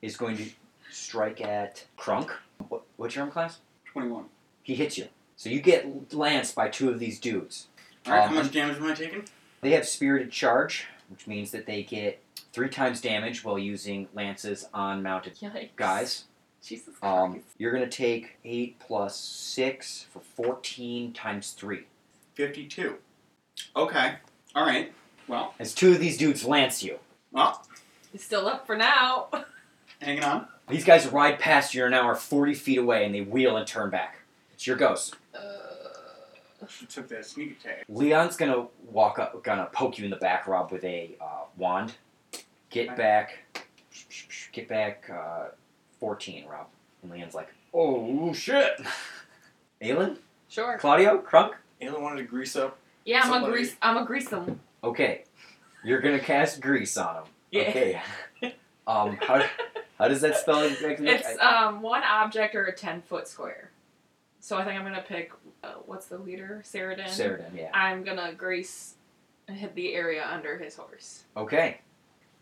S3: is going to strike at Krunk. What, what's your armor class?
S4: 21.
S3: He hits you. So you get lanced by two of these dudes.
S4: Alright,
S3: Um,
S4: how much damage am I taking?
S3: They have spirited charge, which means that they get three times damage while using lances on mounted
S2: Yikes.
S3: guys.
S2: Jesus Christ.
S3: Um, you're gonna take eight plus six for fourteen times three.
S4: 52. Okay. Alright. Well,
S3: As two of these dudes lance you,
S4: well,
S2: He's still up for now.
S4: hanging on.
S3: these guys ride past you and now are forty feet away, and they wheel and turn back. It's your ghost.
S2: Uh,
S4: She took that sneak attack.
S3: Leon's gonna walk up, gonna poke you in the back, Rob, with a uh, wand. Get back, get back, uh, fourteen, Rob. And Leon's like, "Oh shit, Aelin,
S2: sure.
S3: Claudio, Crunk."
S5: Alan wanted to grease up.
S2: Yeah, I'm gonna
S5: Somebody-
S2: grease. I'm gonna grease them.
S3: Okay, you're gonna cast grease on him.
S2: Yeah.
S3: Okay. um, how, how does that spell exactly?
S2: It's um one object or a ten foot square. So I think I'm gonna pick uh, what's the leader, Saradin.
S3: Saradin, yeah.
S2: I'm gonna grease hit the area under his horse.
S3: Okay.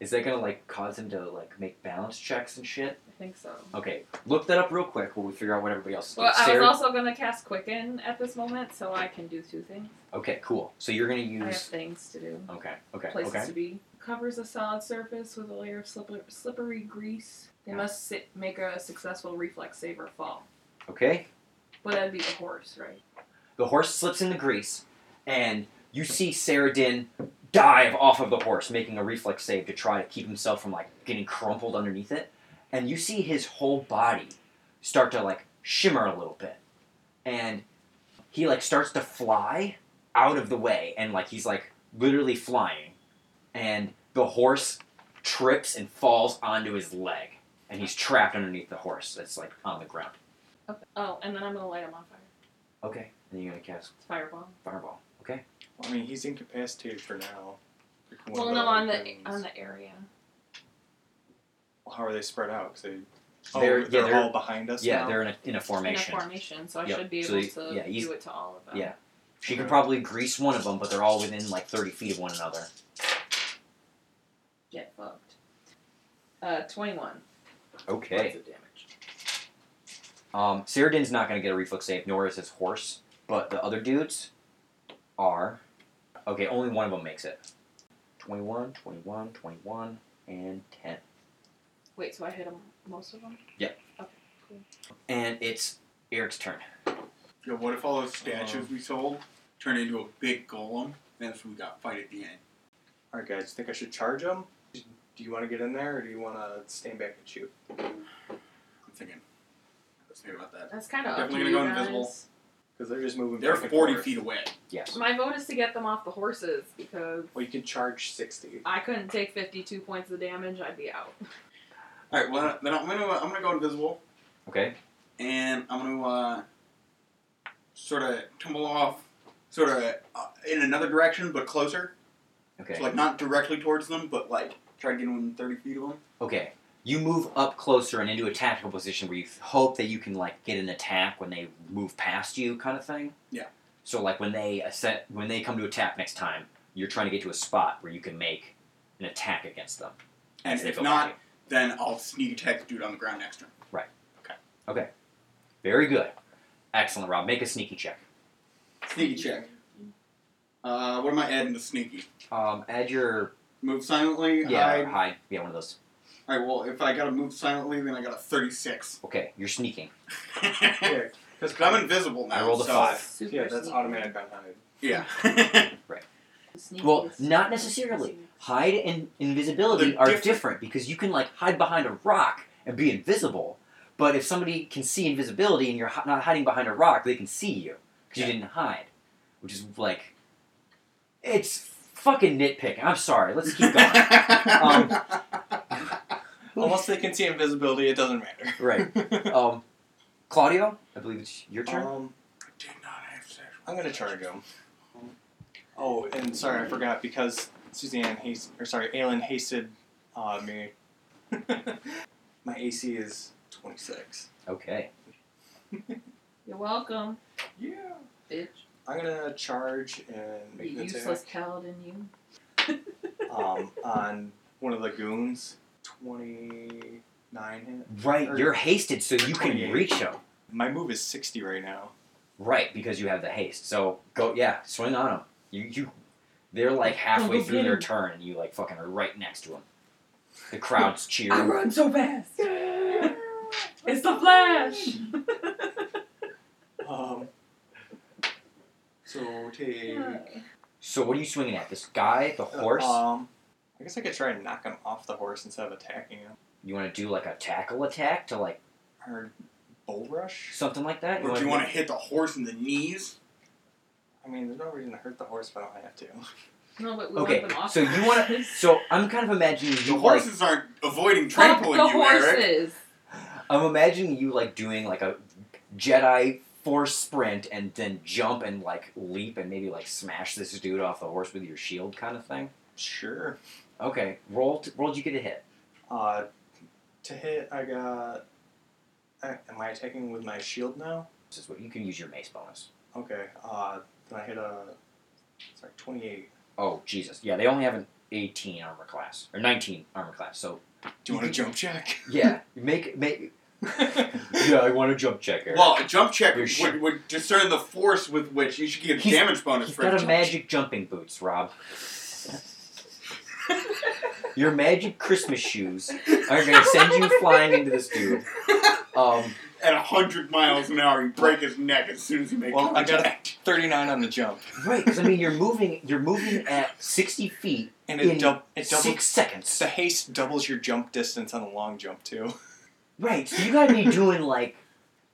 S3: Is that gonna like cause him to like make balance checks and shit?
S2: I think so.
S3: Okay, look that up real quick while we figure out what everybody else is
S2: Well,
S3: doing.
S2: I was
S3: Sarah-
S2: also gonna cast Quicken at this moment, so I can do two things.
S3: Okay, cool. So you're gonna
S2: I have
S3: use.
S2: things to do,
S3: Okay. Okay.
S2: places
S3: okay.
S2: to be. Covers a solid surface with a layer of slipper, slippery grease. They must sit, make a successful reflex save or fall.
S3: Okay.
S2: But that'd be the horse, right?
S3: The horse slips in the grease, and you see Saradin dive off of the horse, making a reflex save to try to keep himself from like getting crumpled underneath it. And you see his whole body start to like shimmer a little bit, and he like starts to fly out of the way, and like he's like literally flying, and the horse trips and falls onto his leg, and he's trapped underneath the horse that's like on the ground.
S2: Okay. Oh, and then I'm gonna light him on fire.
S3: Okay, and you're gonna cast
S2: It's fireball.
S3: fireball. Okay.
S5: Well, I mean, he's incapacitated for now. Pick one
S2: well,
S5: of
S2: no, on the
S5: things.
S2: on the area.
S5: How are they spread out? 'Cause they, oh,
S3: They're-
S5: they're,
S3: yeah, they're-
S5: all behind us.
S3: Yeah,
S5: now?
S3: they're in a, in a formation.
S2: In a formation, so I
S3: Yep.
S2: should be
S3: So
S2: able
S3: you-
S2: to
S3: yeah, he's-
S2: do it to all of them.
S3: yeah. She could probably grease one of them, but they're all within like 30 feet of one another.
S2: Get fucked. Uh, twenty-one. Lots
S3: Okay.
S2: of damage.
S3: Um, Saradin's not going to get a reflex save, nor is his horse, but the other dudes are. Okay, only one of them makes it 21, 21, 21, and 10.
S2: Wait, so I hit 'em- most of them.
S3: And it's Eric's turn.
S4: Yeah, what if all those statues we sold turned into a big golem? That's when we got fight at the end.
S5: All right, guys. Think I should charge him? Do you want to get in there, or do you want to stand back and shoot?
S4: I'm thinking. Let's think about that.
S2: That's kind of
S4: Definitely
S2: up to
S4: gonna
S2: you
S4: go invisible.
S2: guys.
S5: Because they're just moving.
S4: They're
S5: back and
S4: 40
S5: forth.
S4: feet away.
S3: Yes.
S2: My vote is to get them off the horses because
S5: Well, you can charge sixty.
S2: I couldn't take fifty-two points of damage. I'd be out.
S4: All right. Well, then I'm gonna I'm gonna go invisible.
S3: Okay.
S4: and I'm gonna uh, sort of tumble off, sort of uh, in another direction, but closer.
S3: Okay.
S4: So like not directly towards them, but like try to get within thirty feet of them.
S3: Okay. You move up closer and into a tactical position where you hope that you can like get an attack when they move past you, kind of thing.
S4: Yeah.
S3: So like when they set when they come to attack next time, you're trying to get to a spot where you can make an attack against them.
S4: And
S3: as they
S4: if
S3: go
S4: not,
S3: by you.
S4: then I'll sneak attack the dude on the ground next to him.
S3: very good, excellent, Rob. Make a sneaky check.
S4: Sneaky check. Uh, what am I adding to sneaky?
S3: Um, add your
S4: Move silently.
S3: yeah
S4: I,
S3: or hide. Yeah, one of those.
S4: all right. Well, if I gotta move silently, then I got a thirty-six.
S3: Okay, you're sneaking.
S4: Because
S5: Yeah, because
S4: I'm invisible now.
S3: I rolled a
S4: so-
S3: five.
S2: Super
S5: Yeah, that's
S2: sneaky.
S5: automatic on hide.
S4: Yeah.
S3: Right.
S2: Sneaky
S3: Well,
S2: is-
S3: not necessarily. Hide and invisibility
S4: They're
S3: are
S4: different.
S3: different because you can like hide behind a rock and be invisible, but if somebody can see invisibility and you're hi- not hiding behind a rock, they can see you because you didn't hide, which is like it's fucking nitpicking. I'm sorry. Let's keep going. Um,
S5: Unless they can see invisibility, it doesn't matter. Right.
S3: um, Claudio, I believe it's your turn.
S5: um,
S4: I did not have sex.
S5: I'm gonna charge him. Oh, and sorry, I forgot because Suzanne haste or sorry, Aylin hasted uh, me. My AC is 26.
S4: Uh-huh.
S3: Okay.
S2: You're welcome,
S5: Yeah.
S2: bitch.
S5: I'm gonna charge and make
S2: You
S5: an
S2: useless
S5: attack
S2: paladin, you.
S5: um, on one of the goons. 29 hit.
S3: Right,
S5: Or-
S3: you're hasted, so you can
S5: 28.
S3: reach him.
S5: My move is 60 right now.
S3: Right, because you have the haste. So go, yeah, swing on them. You, you, they're like halfway
S6: go
S3: through
S6: get
S3: their
S6: 'em.
S3: turn, and you like fucking are right next to them. The crowds cheer.
S6: I run so fast. It's the Flash.
S5: Um, so take.
S3: So what are you swinging at? This guy, the
S6: Uh,
S3: horse?
S5: Um, I guess I could try and knock him off the horse instead of attacking him.
S3: you want to do like a tackle attack to like
S5: Or bull rush?
S3: something like that?
S4: Or do you want to hit the horse in the knees?
S5: I mean, there's no reason to hurt the horse if I don't have to.
S2: No, but we
S3: Okay,
S2: want them off
S3: so you want to. So I'm kind of imagining
S4: The
S3: you like.
S4: horses aren't avoiding
S2: Fuck
S4: trampling
S2: the
S4: you, Eric.
S2: horses.
S3: I'm imagining you like doing like a Jedi force sprint and then jump and like leap and maybe like smash this dude off the horse with your shield kind of thing.
S5: Sure.
S3: Okay, roll. T- roll. You get a hit.
S5: Uh, to hit, I got. I, am I attacking with my shield now?
S3: This is what you can use your mace bonus.
S5: Okay. Uh, then I hit a. Sorry, 28.
S3: Oh Jesus! Yeah, they only have an 18 armor class or 19 armor class. So
S5: Do you want a jump check?
S3: yeah, make make. Yeah, I want to jump check. Eric.
S4: Well, a jump check
S3: Your
S4: would,
S3: sh-
S4: would discern the force with which you should get a
S3: He's-
S4: damage bonus
S3: He's
S4: for a
S3: got a
S4: jump
S3: magic jumping boots, Rob. Your magic Christmas shoes are gonna send you flying into this dude. Um,
S4: at 100 miles an hour, you break his neck as soon as you make
S5: Well, I got a-
S4: contact.
S5: 39 on the jump.
S3: right? Because I mean, you're moving. You're moving at 60 feet
S5: And
S3: In
S5: it, dub- it doubles.
S3: six seconds.
S5: The haste doubles your jump distance on a long jump, too.
S3: Right. So you gotta be doing like.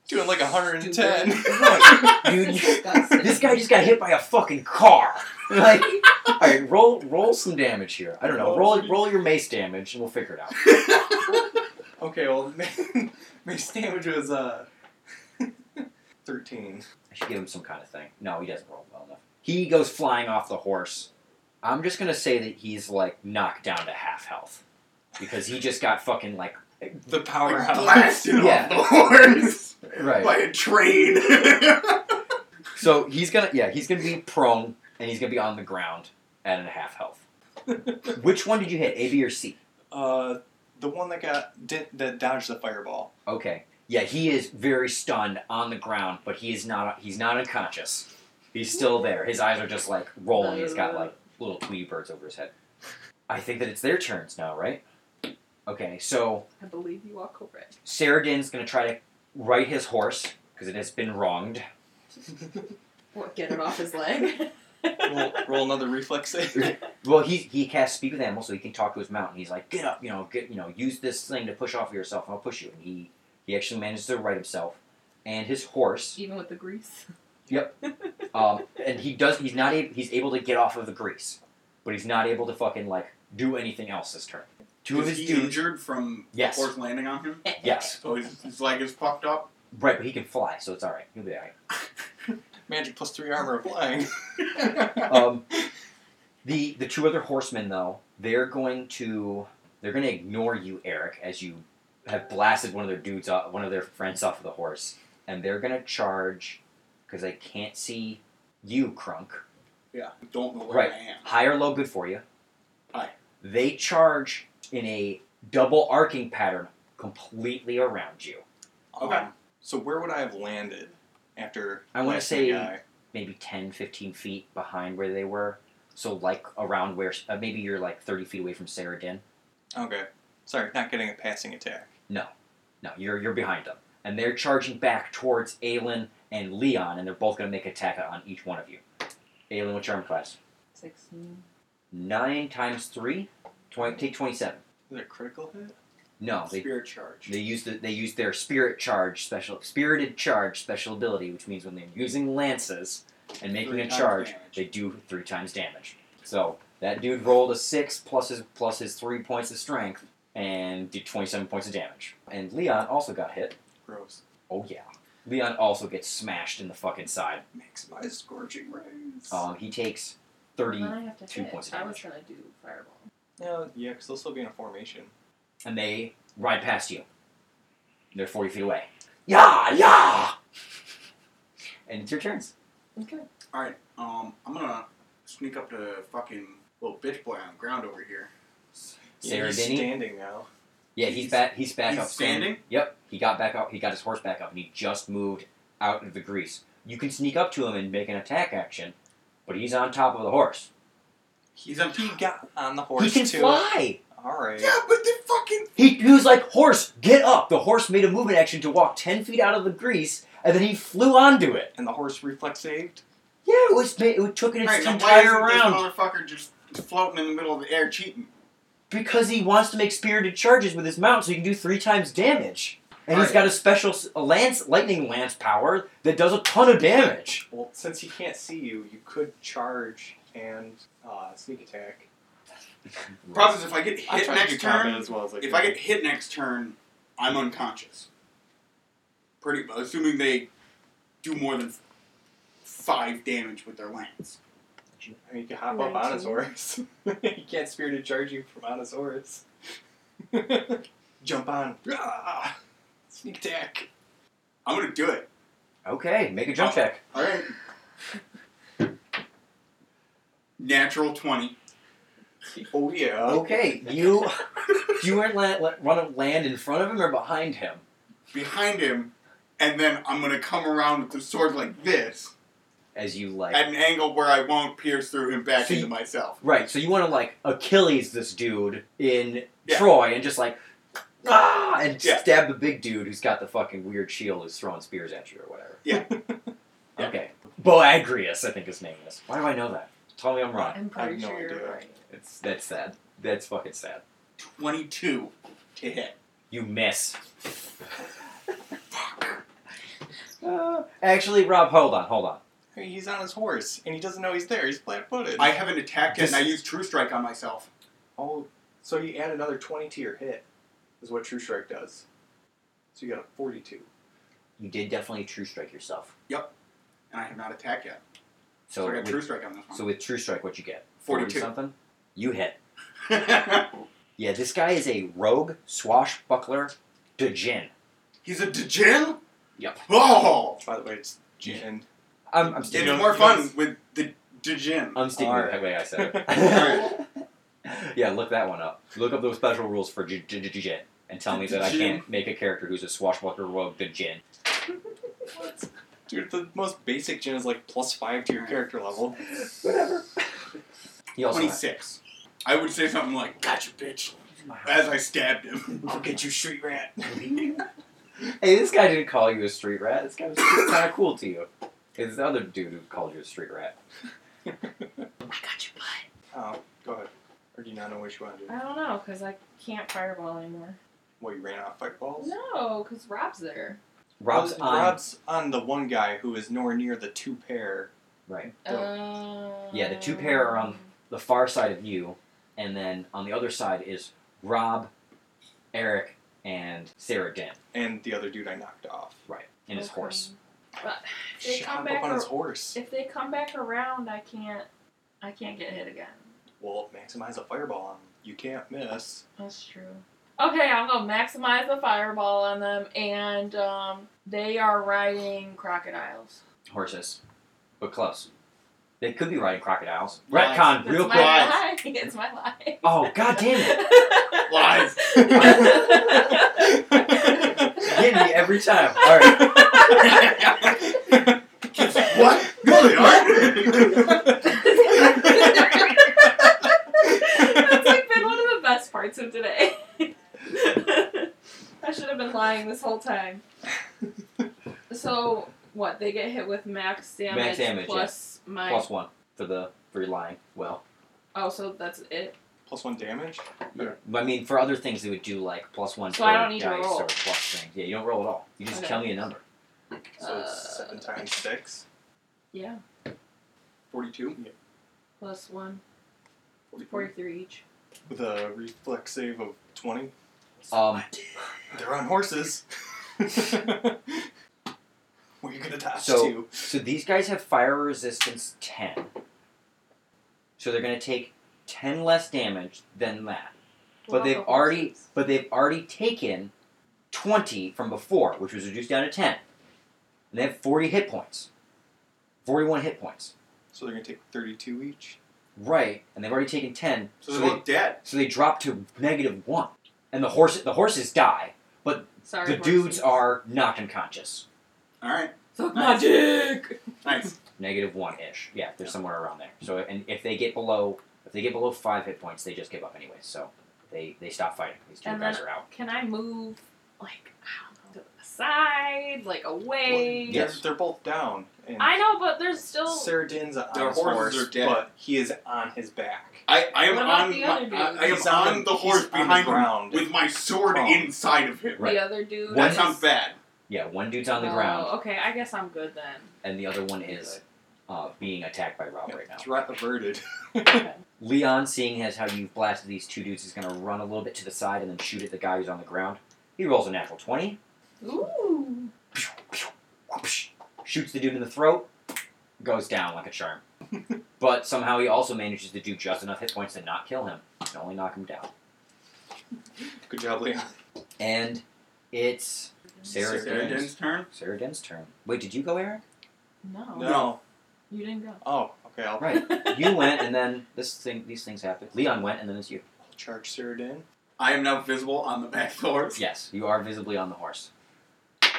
S5: Doing like 110.
S3: Right. Dude, you-
S2: Disgusting.
S3: this guy just got hit by a fucking car. Like, all right, roll roll some damage here. I don't know. Roll roll your mace damage, and we'll figure it out.
S5: Okay, well, mace damage was uh, thirteen.
S3: I should give him some kind of thing. No, he doesn't roll well enough. He goes flying off the horse. I'm just gonna say that he's like knocked down to half health because he just got fucking like
S5: The
S4: Like,
S5: power
S4: blasted
S3: Yeah.
S4: off the horse by
S3: right.
S4: a train.
S3: So he's gonna yeah he's gonna be prone and he's gonna be on the ground at a half health. Which one did you hit? A, B, or C?
S5: Uh, the one that got did, that dodged the fireball.
S3: Okay. Yeah, he is very stunned on the ground, but he is not. He's not unconscious. He's still there. His eyes are just like rolling. He's got like little Tweety birds over his head. I think that it's their turns now, right? Okay, so
S2: I believe you are correct.
S3: Saragin's gonna try to right his horse because it has been wronged.
S2: What? Get it off his leg.
S5: roll, roll another reflex save.
S3: Well, he he casts speak with animals, so he can talk to his mountain. He's like, get up, you know, get you know, use this thing to push off of yourself, and I'll push you. And he he actually manages to right himself, and his horse
S2: Even with the grease.
S3: Um, and he does. He's not. Ab- he's able to get off of the grease, but he's not able to fucking like do anything else this turn. Two of
S4: Is
S3: his
S4: he
S3: dudes.
S4: injured from
S3: Yes.
S4: horse landing on him?
S3: Yes.
S4: So his, his leg is fucked up?
S3: Right, but he can fly, so it's all right. He'll be all right.
S5: Magic plus three armor applying.
S3: Um, the the two other horsemen though, they're going to they're going to ignore you, Eric, as you have blasted one of their dudes off, one of their friends off of the horse, and they're going to charge because they can't see you, Crunk.
S4: Yeah. I don't know where
S3: Right.
S4: I am.
S3: High or low, good for you.
S4: High.
S3: They charge in a double arcing pattern completely around you.
S4: Okay.
S5: Um, so where would I have landed after?
S3: I wanna
S5: blasting
S3: say-
S5: the guy?
S3: Maybe 10, 15 feet behind where they were. So, like, around where, uh, maybe you're like 30 feet away from Sarah Din.
S5: Okay. Sorry, not getting a passing attack.
S3: No, you're, you're behind them. And they're charging back towards Aelin and Leon, and they're both going to make attack on each one of you. Aelin, what's your arm class?
S2: Sixteen.
S3: Nine times three, 20, take twenty-seven.
S5: Is it a critical hit?
S3: No, they
S4: Spirit charge.
S3: They use the, they use their spirit charge special spirited charge special ability, which means when they're using lances and making
S4: Three
S3: a
S4: times
S3: charge,
S4: damage.
S3: they do three times damage. So that dude rolled a six plus his plus his three points of strength and did twenty seven points of damage. And Leon also got hit.
S5: Gross.
S3: Oh yeah. Leon also gets smashed in the fucking side.
S5: Maximize scorching rays.
S3: Um, he takes thirty,
S2: Then I have to
S3: two
S2: hit.
S3: points of
S2: I was gonna do fireball.
S5: no, yeah, because they'll still be in a formation.
S3: and they ride past you. They're forty feet away. Yeah, yeah. And it's your turns.
S2: Okay.
S4: Um, I'm gonna sneak up to fucking little bitch boy on the ground over here.
S5: Yeah,
S3: Sarah
S5: he's
S3: Denny.
S5: standing now.
S3: Yeah, he's
S4: He's-
S3: back. He's back
S4: he's
S3: up. stand-
S4: standing?
S3: Yep, he got back up. He got his horse back up, and he just moved out of the grease. You can sneak up to him and make an attack action, but he's on top of the horse.
S4: He's on
S5: He
S4: top.
S5: got on the horse
S3: he can
S5: too.
S3: fly.
S5: All right.
S4: Yeah, but the fucking
S3: He, he was like, "Horse, get up!" The horse made a movement action to walk ten feet out of the grease, and then he flew onto it.
S5: And the horse reflex saved.
S3: Yeah, it was. ma- It took an
S4: Alright, now why
S3: entire
S4: isn't
S3: round
S4: This motherfucker just floating in the middle of the air cheating.
S3: because he wants to make spirited charges with his mount, so he can do three times damage. And he's
S4: Alright.
S3: got a special s- a lance, lightning lance power that does a ton of damage.
S5: Well, since he can't see you, you could charge and uh, sneak attack.
S4: Problem is, if I get
S5: I'm
S4: hit
S5: trying to
S4: next
S5: do combat
S4: turn,
S5: as well as I
S4: if
S5: can.
S4: I get hit next turn, I'm unconscious. Pretty, assuming they do more than five damage with their lance.
S5: I mean, you can hop up on his
S2: Nineteen.
S5: horse. you can't spirited charge you from on his horse. Jump on. Ah! Sneak attack.
S4: I'm gonna do it.
S3: Okay, make a jump
S4: Oh.
S3: check.
S4: All right. Natural twenty.
S5: Oh yeah.
S3: Okay, you do you want to land, run a land in front of him or behind him?
S4: behind him, and then I'm gonna come around with the sword like this
S3: As you like,
S4: at an angle where I won't pierce through him back
S3: So you-
S4: into myself.
S3: right? So you want to like Achilles this dude in
S4: Yeah.
S3: Troy and just like ah and
S4: Yeah.
S3: stab the big dude who's got the fucking weird shield who's throwing spears at you or whatever.
S4: Yeah. Yeah.
S3: Okay, Boagrius, I think his name is. Why do I know that? Tell me I'm wrong.
S2: I'm pretty
S5: no
S2: sure you're
S5: idea.
S2: right.
S3: It's that's sad. That's fucking sad.
S4: Twenty-two to hit.
S3: You miss. Uh, actually, Rob, hold on, hold on.
S5: Hey, He's on his horse and he doesn't know he's there. He's flat footed.
S4: I haven't attacked yet, and I
S3: This-
S4: use True Strike on myself.
S5: Oh, so you add another 20 to your hit, is what True Strike does. So you got a 42.
S3: You did definitely true strike yourself.
S4: And I have not attacked yet.
S3: So,
S4: So, I got
S3: with,
S4: True Strike on this one.
S3: so with True Strike, what you get?
S4: 42.
S3: something. You hit. Yeah, this guy is a rogue swashbuckler djinn.
S4: He's a degen?
S3: Yep.
S4: Oh!
S5: By the way, it's Jin.
S3: I'm, I'm
S4: It's
S3: sticking.
S5: know-
S4: more
S5: you
S4: fun
S5: know-
S4: with the degen.
S3: I'm sticking with the way I said it.
S4: Alright.
S3: yeah, look that one up. Look up those special rules for dj- dj- djinn and tell me that I can't make a character who's a swashbuckler rogue djinn.
S5: Dude, the most basic Jin is like plus 5 to your character level.
S3: Whatever. He also
S4: 26. I would say something like, Gotcha, bitch. As I stabbed him.
S5: I'll get you, street rat.
S3: Hey, this guy didn't call you a street rat. This guy was kind of cool to you. It's the other dude who called you a street rat.
S5: Oh, go ahead. Or do you not know what you want to do?
S2: I don't know, cause I can't fireball anymore.
S5: What, you ran out fireballs?
S2: No, cause Rob's there.
S3: Rob's
S5: Well,
S3: on.
S5: Rob's on the one guy who is nowhere near the two pair.
S3: Right.
S2: Um,
S3: Yeah, the two pair are on- the far side of you, and then on the other side is Rob, Eric, and Sarah Dan,
S5: And the other dude I knocked off.
S3: and his horse.
S2: But They
S5: Shit,
S2: come
S5: hop
S2: back
S5: up on his
S2: ar-
S5: horse.
S2: if they come back around, I can't. I can't get hit again.
S5: Well, maximize a fireball on him. You can't miss.
S2: That's true. Okay, I'm gonna maximize the fireball on them, and um, they are riding crocodiles.
S3: Horses. But close. They could be riding crocodiles.
S4: Right.
S3: Retcon,
S2: It's
S3: real
S2: my
S3: quick.
S2: lie. It's my lie.
S3: Oh, god damn it.
S4: Lies.
S3: Get me every time. Alright.
S4: what? No, they aren't.
S2: That's like been one of the best parts of today. I should have been lying this whole time. So what? They get hit with max damage,
S3: Max damage,
S2: plus my
S3: Plus one for the for lying. Well,
S2: Oh, so that's it.
S5: Plus one damage.
S3: but I mean, for other things, they would do like plus one
S2: So I
S3: for
S2: don't need to
S3: dice
S2: roll.
S3: or plus things. Yeah, you don't roll at all. You just
S2: Okay.
S3: tell me a number.
S5: So
S2: Uh,
S5: it's seven times six.
S2: Yeah,
S4: Forty-two.
S2: plus one,
S4: Forty-four.
S2: forty-three each.
S5: With a reflex save of twenty.
S3: Um,
S5: They're on horses. Were you gonna dash
S3: So-
S5: to?
S3: So these guys have fire resistance 10. So they're going to take 10 less damage than that. But
S2: Well,
S3: they've
S2: the
S3: already
S2: horses.
S3: but they've already taken 20 from before, which was reduced down to 10. And they have 40 hit points. 41 hit points.
S5: So they're gonna take thirty-two each.
S3: Right, and they've already taken 10.
S4: So
S3: So
S4: they're
S3: they,
S4: both dead.
S3: so they drop to negative 1. And the horse the horses die.
S2: Sorry,
S3: The
S2: horses.
S3: dudes are knocked unconscious.
S4: All right.
S6: Suck my dick.
S4: Nice.
S3: negative one ish. Yeah, they're somewhere around there. So and if they get below if they get below five hit points, they just give up anyway. So they they stop fighting. These two
S2: And
S3: guys
S2: then-
S3: are out.
S2: Can I move like I don't know to the side, like away?
S5: Well,
S3: Yes.
S5: They're, they're both down. And
S2: I know, but there's still.
S5: Sarah Din's on
S4: Their
S5: his
S4: horses
S5: horse,
S4: are dead.
S5: but he is on his back.
S4: I, I am
S2: What about
S4: on
S2: the
S4: my,
S2: other dude?
S4: I, I am
S5: He's
S4: on,
S5: on-
S4: the horse
S5: he's on the
S4: behind
S5: ground.
S4: him with my sword
S5: Prone.
S4: inside of him.
S2: the
S3: Right.
S2: other dude.
S3: One
S4: That
S2: is-
S4: sounds bad.
S3: Yeah, one dude's on the
S2: oh,
S3: ground
S2: Okay, I guess I'm good then.
S3: and the other one is uh, being attacked by Rob right now.
S5: Threat averted.
S3: Leon, seeing as how you've blasted these two dudes, is gonna run a little bit to the side and then shoot at the guy who's on the ground. He rolls a natural twenty,
S2: Ooh.
S3: whoosh, shoots the dude in the throat, goes down like a charm. but somehow he also manages to do just enough hit points to not kill him, and only knock him down.
S5: Good job, Leon.
S3: And it's Sarah,
S4: Sarah
S3: Den's,
S4: Den's turn.
S3: Sarah Den's turn. Wait, did you go, Eric?
S2: No.
S5: No.
S2: You didn't go.
S5: Oh, okay. I'll,
S3: Right. You went, and then this thing, these things happened. Leon went, and then it's you.
S5: I'll charge Sarah Din.
S4: I am now visible on the back of the horse.
S3: Yes, you are visibly on the horse.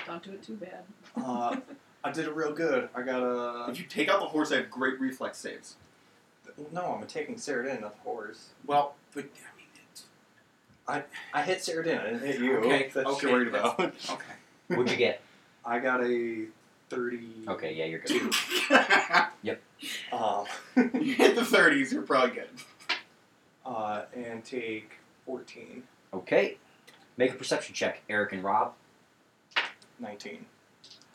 S2: Don't do it too bad.
S5: Uh, I did it real good. I got a.
S4: If you take out the horse, I have great reflex saves.
S5: No, I'm taking Sarah Din, not the horse.
S4: Well, but I mean, it's,
S5: I hit Sarah Din. I didn't hit you.
S4: Okay,
S5: That's what
S4: okay,
S5: you're worried
S4: that's-
S5: about.
S4: okay.
S3: What'd you get?
S5: I got a 30.
S3: Okay, yeah, you're good.
S5: Um,
S4: you hit the thirties, you're probably good.
S5: uh, and take 14.
S3: Okay. Make a perception check, Eric and Rob.
S5: 19.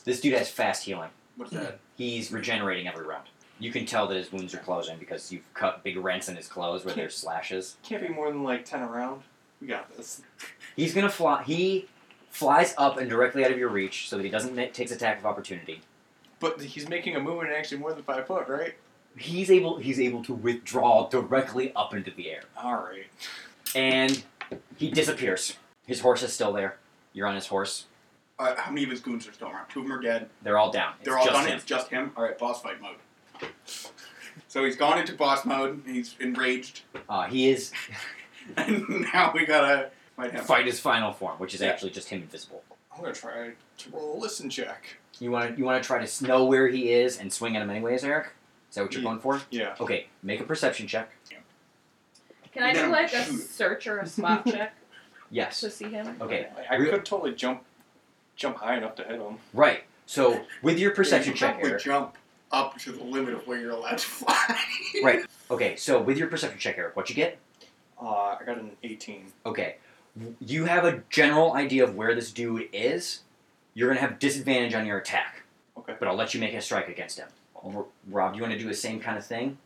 S3: This dude has fast healing.
S4: What's that?
S3: He's regenerating every round. You can tell that his wounds are closing because you've cut big rents in his clothes where there's slashes.
S5: Can't be more than like 10 around. We got this.
S3: He's gonna fly. He flies up and directly out of your reach so that he doesn't ma- takes attack of opportunity.
S5: But he's making a movement actually more than five foot, right?
S3: He's able. He's able to withdraw directly up into the air.
S5: Alright.
S3: and he disappears. His horse is still there. You're on his horse.
S4: Uh, how many of his goons are still around? Two of them are dead.
S3: They're all down. It's
S4: They're all
S3: just
S4: done.
S3: him.
S4: It's just him. All right, boss fight mode. So he's gone into boss mode. He's enraged,
S3: Uh, he is
S4: and now we gotta fight him.
S3: fight his final form, which is
S4: Yeah.
S3: actually just him invisible.
S5: I'm gonna try to roll a listen check.
S3: You want to you want to try to know where he is and swing at him anyways, Eric. Is that what you're
S5: Yeah.
S3: going for?
S5: Yeah.
S3: Okay, make a perception check.
S2: Can I do
S4: No,
S2: like a
S4: shoot.
S2: search or a spot check
S3: Yes.
S2: to see him?
S3: Okay,
S5: I, I could totally jump jump high enough to hit him.
S3: right. So with your
S4: You
S3: perception
S4: can
S3: check,
S4: probably
S3: Eric.
S4: jump up to the limit of where you're allowed to fly.
S3: Right. Okay, so with your perception check, Eric, what you get?
S5: Uh, I got an 18.
S3: Okay, you have a general idea of where this dude is. You're gonna have disadvantage on your attack.
S5: Okay.
S3: But I'll let you make a strike against him. R- Rob, you want to do the same kind of thing?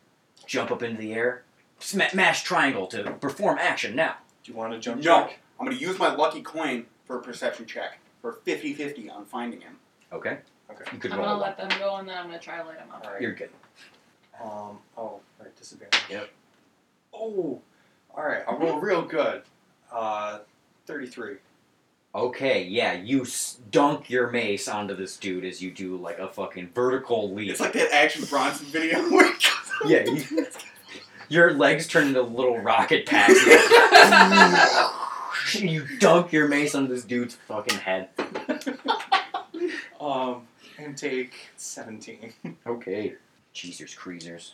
S3: Jump up into the air, Sma- mash triangle to perform action now.
S5: Do you want to jump
S4: No.
S5: check?
S4: I'm gonna use my lucky coin for a perception check for 50-50 on finding him.
S3: Okay.
S5: Okay.
S3: You could
S2: I'm
S3: roll. a
S2: gonna
S3: one.
S2: let them go and then I'm gonna try to light them up.
S5: Alright.
S3: You're good.
S5: Um. Oh, right. Disadvantage.
S3: Yep.
S5: Oh. All right. I'll roll real good. Uh, thirty-three.
S3: Okay, yeah, you s- dunk your mace onto this dude as you do like a fucking vertical leap.
S4: It's like that action Bronson video where he goes up
S3: yeah, you, your legs turn into little rocket packs. you dunk your mace on this dude's fucking head.
S5: Um, and take seventeen.
S3: Okay. Jesus creasers.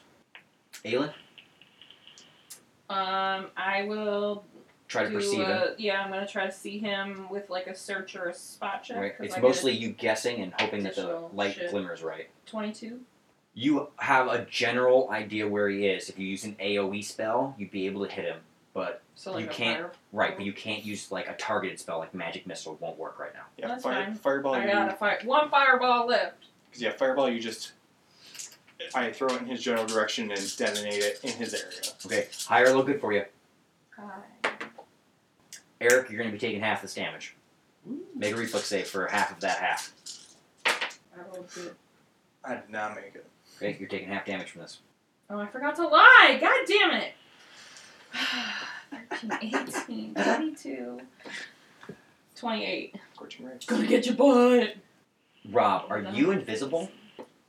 S3: Aelin,
S2: Um, I will
S3: try to
S2: do uh,
S3: perceive him.
S2: a, yeah, I'm gonna try to see him with like a search or a spot check.
S3: Right.
S2: 'cause
S3: It's
S2: I get a
S3: mostly you guessing and hoping that the
S2: additional
S3: light
S2: shit.
S3: glimmers right.
S2: twenty-two.
S3: you have a general idea where he is. If you use an AoE spell, you'd be able to hit him. But
S2: So like
S3: You
S2: a
S3: can't-
S2: fire-
S3: right, but you can't use like a targeted spell like magic missile won't work right now.
S5: Yeah,
S2: That's
S5: fire,
S2: fine.
S4: Oh,
S5: fireball.
S2: I
S5: you-
S2: got a fire. One fireball left.
S5: Because yeah, fireball, you just I throw it in his general direction and detonate it in his area.
S3: Okay, high or low, good for you.
S2: God.
S3: Eric, you're going to be taking half this damage. Make a reflex save for half of that half.
S2: I rolled good.
S5: I did not make it.
S3: Okay, you're taking half damage from this.
S2: Oh, I forgot to lie. God damn it. 13, 18, 22, 28.
S5: Scorching ray.
S6: Gonna get your butt.
S3: Rob, are you invisible?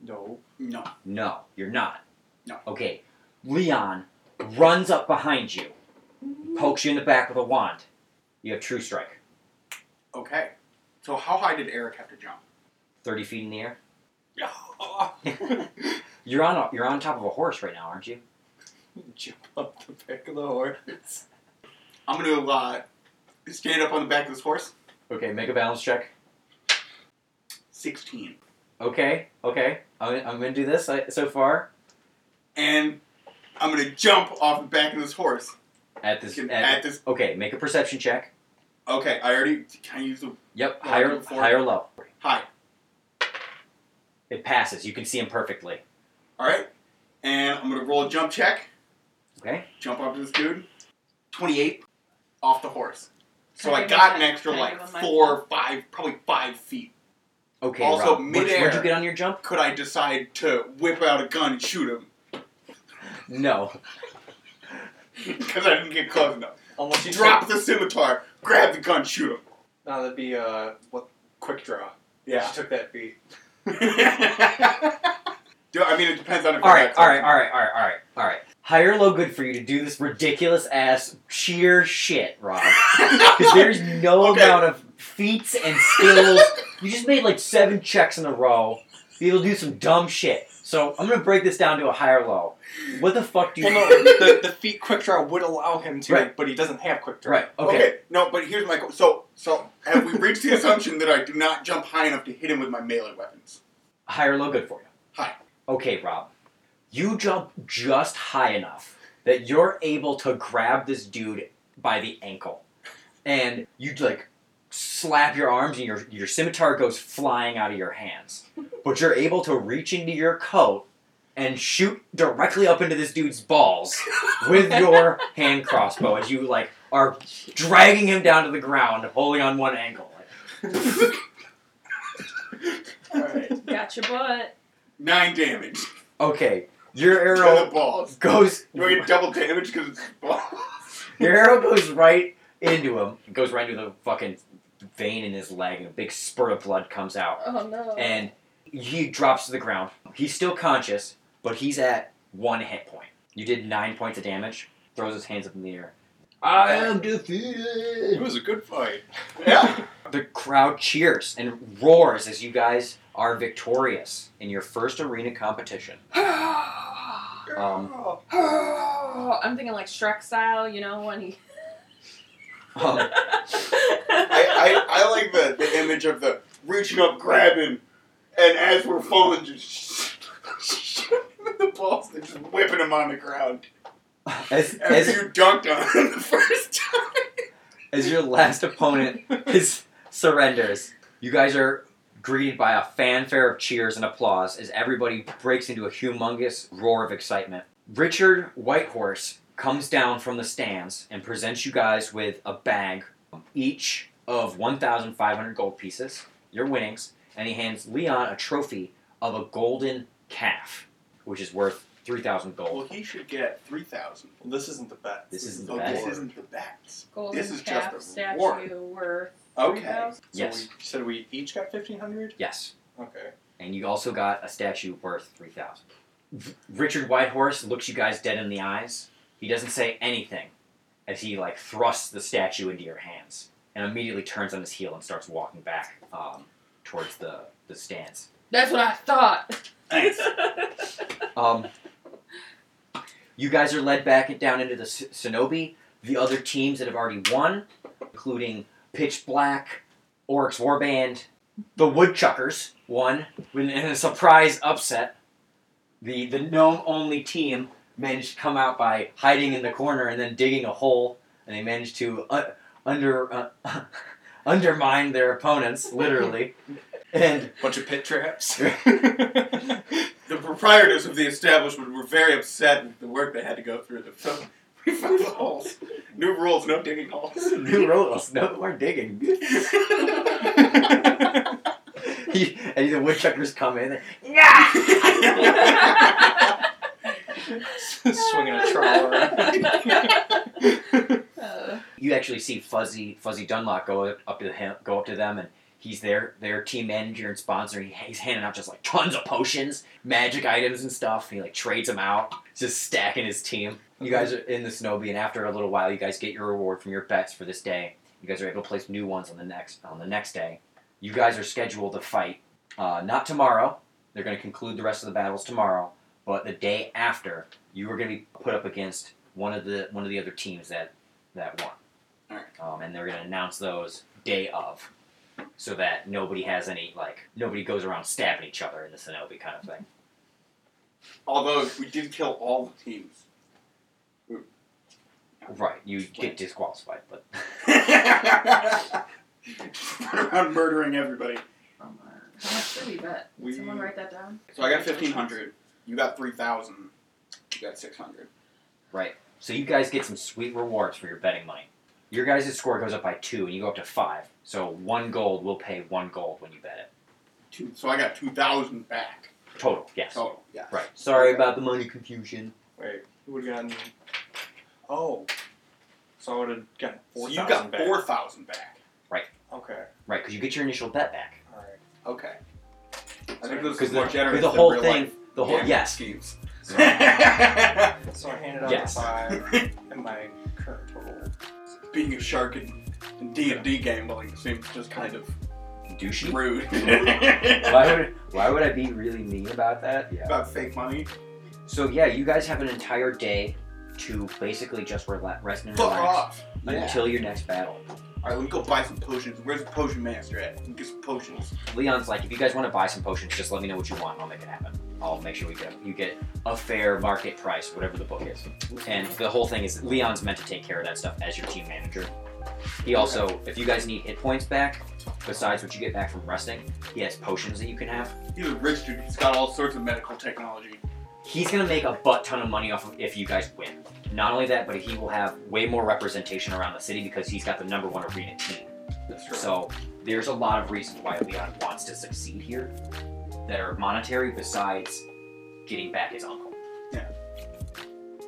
S5: No.
S4: No.
S3: No, you're not.
S4: No.
S3: Okay, Leon runs up behind you,
S2: Mm-hmm.
S3: pokes you in the back with a wand. You have true strike,
S4: Okay. So how high did Eric have to jump?
S3: thirty feet in the air. You're on a, you're on top of a horse right now, aren't you?
S5: Jump up the back of the horse.
S4: I'm gonna uh, stand up on the back of this horse.
S3: Okay, make a balance check.
S4: Sixteen.
S3: Okay, okay. I'm, I'm gonna do this I, so far
S4: And I'm gonna jump off the back of this horse.
S3: at this.
S4: Can-
S3: At,
S4: at this.
S3: okay, make a perception check.
S4: Okay. I already. Can I use the
S3: Yep,
S4: Well,
S3: higher,
S4: do it for-
S3: higher, low.
S4: high?
S3: It passes. You can see him perfectly.
S4: All right. And I'm gonna roll a jump check.
S3: Okay.
S4: Jump up to this dude. Twenty-eight. Off the horse. So
S2: Can I
S4: I
S2: give
S4: got
S2: him
S4: an
S2: my-
S4: extra
S2: can I
S4: like
S2: give him my-
S4: four, five, probably five feet.
S3: Okay.
S4: Also,
S3: Rob, what'd-
S4: midair.
S3: What'd you get on your jump?
S4: Could I decide to whip out a gun and shoot him?
S3: No.
S4: Because I didn't get close enough.
S5: Unless you
S4: Drop the scimitar, grab the gun, shoot him.
S5: Now that'd be uh what quick draw. She took that beat.
S4: Do- I mean, it depends on if
S3: All
S4: I
S3: right,
S4: got
S3: all right, all right, all right, all right, all right. High or low good for you to do this ridiculous ass sheer shit, Rob? Because there's no
S4: Okay.
S3: amount of feats and skills. you just made like seven checks in a row. Be able to do some dumb shit. So I'm gonna break this down to a high or low. What the fuck do you?
S5: Well no, the, the feet quick draw would allow him to,
S3: Right.
S5: but he doesn't have quick draw.
S3: Right.
S4: Okay.
S3: Okay.
S4: No, but here's my. qu- So, so have we reached the assumption that I do not jump high enough to hit him with my melee weapons?
S3: High or low good for you?
S4: High.
S3: Okay, Rob. You jump just high enough that you're able to grab this dude by the ankle. And you like slap your arms and your your scimitar goes flying out of your hands. But you're able to reach into your coat and shoot directly up into this dude's balls with your hand crossbow as you like are dragging him down to the ground holding on one ankle.
S4: All right.
S2: Got your butt.
S4: Nine damage
S3: Okay, your
S4: to the
S3: arrow
S4: balls.
S3: goes
S4: Do I get double damage because it's balls?
S3: Your arrow goes right into him. It goes right into the fucking vein in his leg, and a big spurt of blood comes out.
S2: Oh no.
S3: And he drops to the ground. He's still conscious, but he's at one hit point. You did nine points of damage. Throws his hands up in the air. I am
S5: It
S3: defeated.
S5: was a good fight.
S4: Yeah.
S3: The crowd cheers and roars as you guys are victorious in your first arena competition. Um,
S2: I'm thinking like Shrek style, you know, when he.
S3: um,
S4: I, I, I like the, the image of the reaching up, grabbing, and as we're falling, just shooting the balls and just whipping him on the ground.
S3: as,
S4: As
S3: as,
S4: you dunked on him the first time.
S3: as your last opponent is surrenders. You guys are greeted by a fanfare of cheers and applause as everybody breaks into a humongous roar of excitement. Richard Whitehorse comes down from the stands and presents you guys with a bag, each of 1,500 gold pieces, your winnings, and he hands Leon a trophy of a golden calf, which is worth 3,000 gold.
S4: he should get 3,000.
S5: Well, this isn't the bet.
S3: This isn't the
S4: Oh,
S3: best.
S4: this isn't the bats.
S2: Golden
S4: This is
S2: calf
S4: just a
S2: statue
S4: reward.
S2: worth.
S4: Okay.
S2: 3,000?
S5: So
S3: Yes.
S5: we said we each got fifteen hundred?
S3: Yes.
S5: Okay.
S3: and you also got a statue worth 3000 V- richard whitehorse looks you guys dead in the eyes he doesn't say anything as he like thrusts the statue into your hands and immediately turns on his heel and starts walking back um, towards the, the stands
S2: That's what I thought.
S4: Thanks.
S3: um, you guys are led back down into the S- Cenobi. The other teams that have already won, including Pitch Black, Oryx Warband, the Woodchuckers won in in a surprise upset. The the gnome only team managed to come out by hiding in the corner and then digging a hole, and they managed to uh, under uh, undermine their opponents literally, and
S5: Bunch of pit traps.
S4: The proprietors of the establishment were very upset with the work they had to go through to fill refill the holes. New rules, no digging holes.
S3: new rules, no more digging. and the woodchuckers come in.
S5: Swinging a trowel around.
S2: Uh,
S3: You actually see Fuzzy Fuzzy Dunlop go up- up to him, go up to them, and he's their their team manager and sponsor. He, he's handing out just like tons of potions, magic items, and stuff. And he like trades them out, just stacking his team. You guys are in the Snowbee, and after a little while, you guys get your reward from your bets for this day. You guys are able to place new ones on the next on the next day. You guys are scheduled to fight uh, not tomorrow. They're going to conclude the rest of the battles tomorrow, but the day after, you are going to be put up against one of the one of the other teams that that won um, and they're going to announce those day of, so that nobody has any like nobody goes around stabbing each other in the Cenobi kind of thing.
S4: Although we did kill all the teams.
S3: Right, you get disqualified, but
S4: Run around murdering everybody.
S2: um, how much did we bet? Did
S4: We-
S2: Someone write that down.
S4: So I got fifteen hundred. You got three thousand. You got six hundred.
S3: so you guys get some sweet rewards for your betting money. Your guys' score goes up by two, and you go up to five. So one gold will pay one gold when you bet
S4: Two. So I got two thousand back
S3: it total. Yes,
S4: total. Yeah.
S3: right. Sorry about the money confusion.
S5: Wait, who would have gotten? Oh, so I would have gotten
S4: So
S5: four
S4: you
S5: thousand
S4: got
S5: back.
S4: four thousand back.
S5: Okay,
S3: Right, because you get your initial bet back.
S5: all right.
S4: Okay. I think
S5: Sorry.
S4: this
S3: Because
S4: is more
S3: the,
S4: generous
S3: the
S4: than
S3: whole
S4: real
S3: thing,
S4: life
S3: the whole
S4: gambling
S3: yes.
S4: schemes.
S5: So I handed out
S3: Yes.
S5: the five and my current total.
S4: Being a shark in in D and D gambling seems just kind of
S3: Douchey.
S4: rude.
S3: why would why would I be really mean about that? Yeah.
S4: About fake money.
S3: So yeah, you guys have an entire day to basically just rela- rest and
S4: Fuck
S3: relax
S4: off.
S3: until your next battle.
S4: All right, let me go buy some potions. Where's the potion master at? Let me Get some potions.
S3: Leon's like, if you guys want to buy some potions, just let me know what you want, and I'll make it happen. I'll make sure we get you get a fair market price, whatever the book is. And the whole thing is, Leon's meant to take care of that stuff as your team manager. He also, if you guys need hit points back, besides what you get back from resting, he has potions that you can have.
S4: He's a rich dude. He's got all sorts of medical technology.
S3: He's gonna make a butt ton of money off of if you guys win. Not only that, but he will have way more representation around the city because he's got the number one arena team.
S4: That's
S3: So there's a lot of reasons why Leon wants to succeed here that are monetary besides getting back his uncle.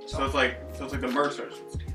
S4: So it's like so it's like the Mercers. It's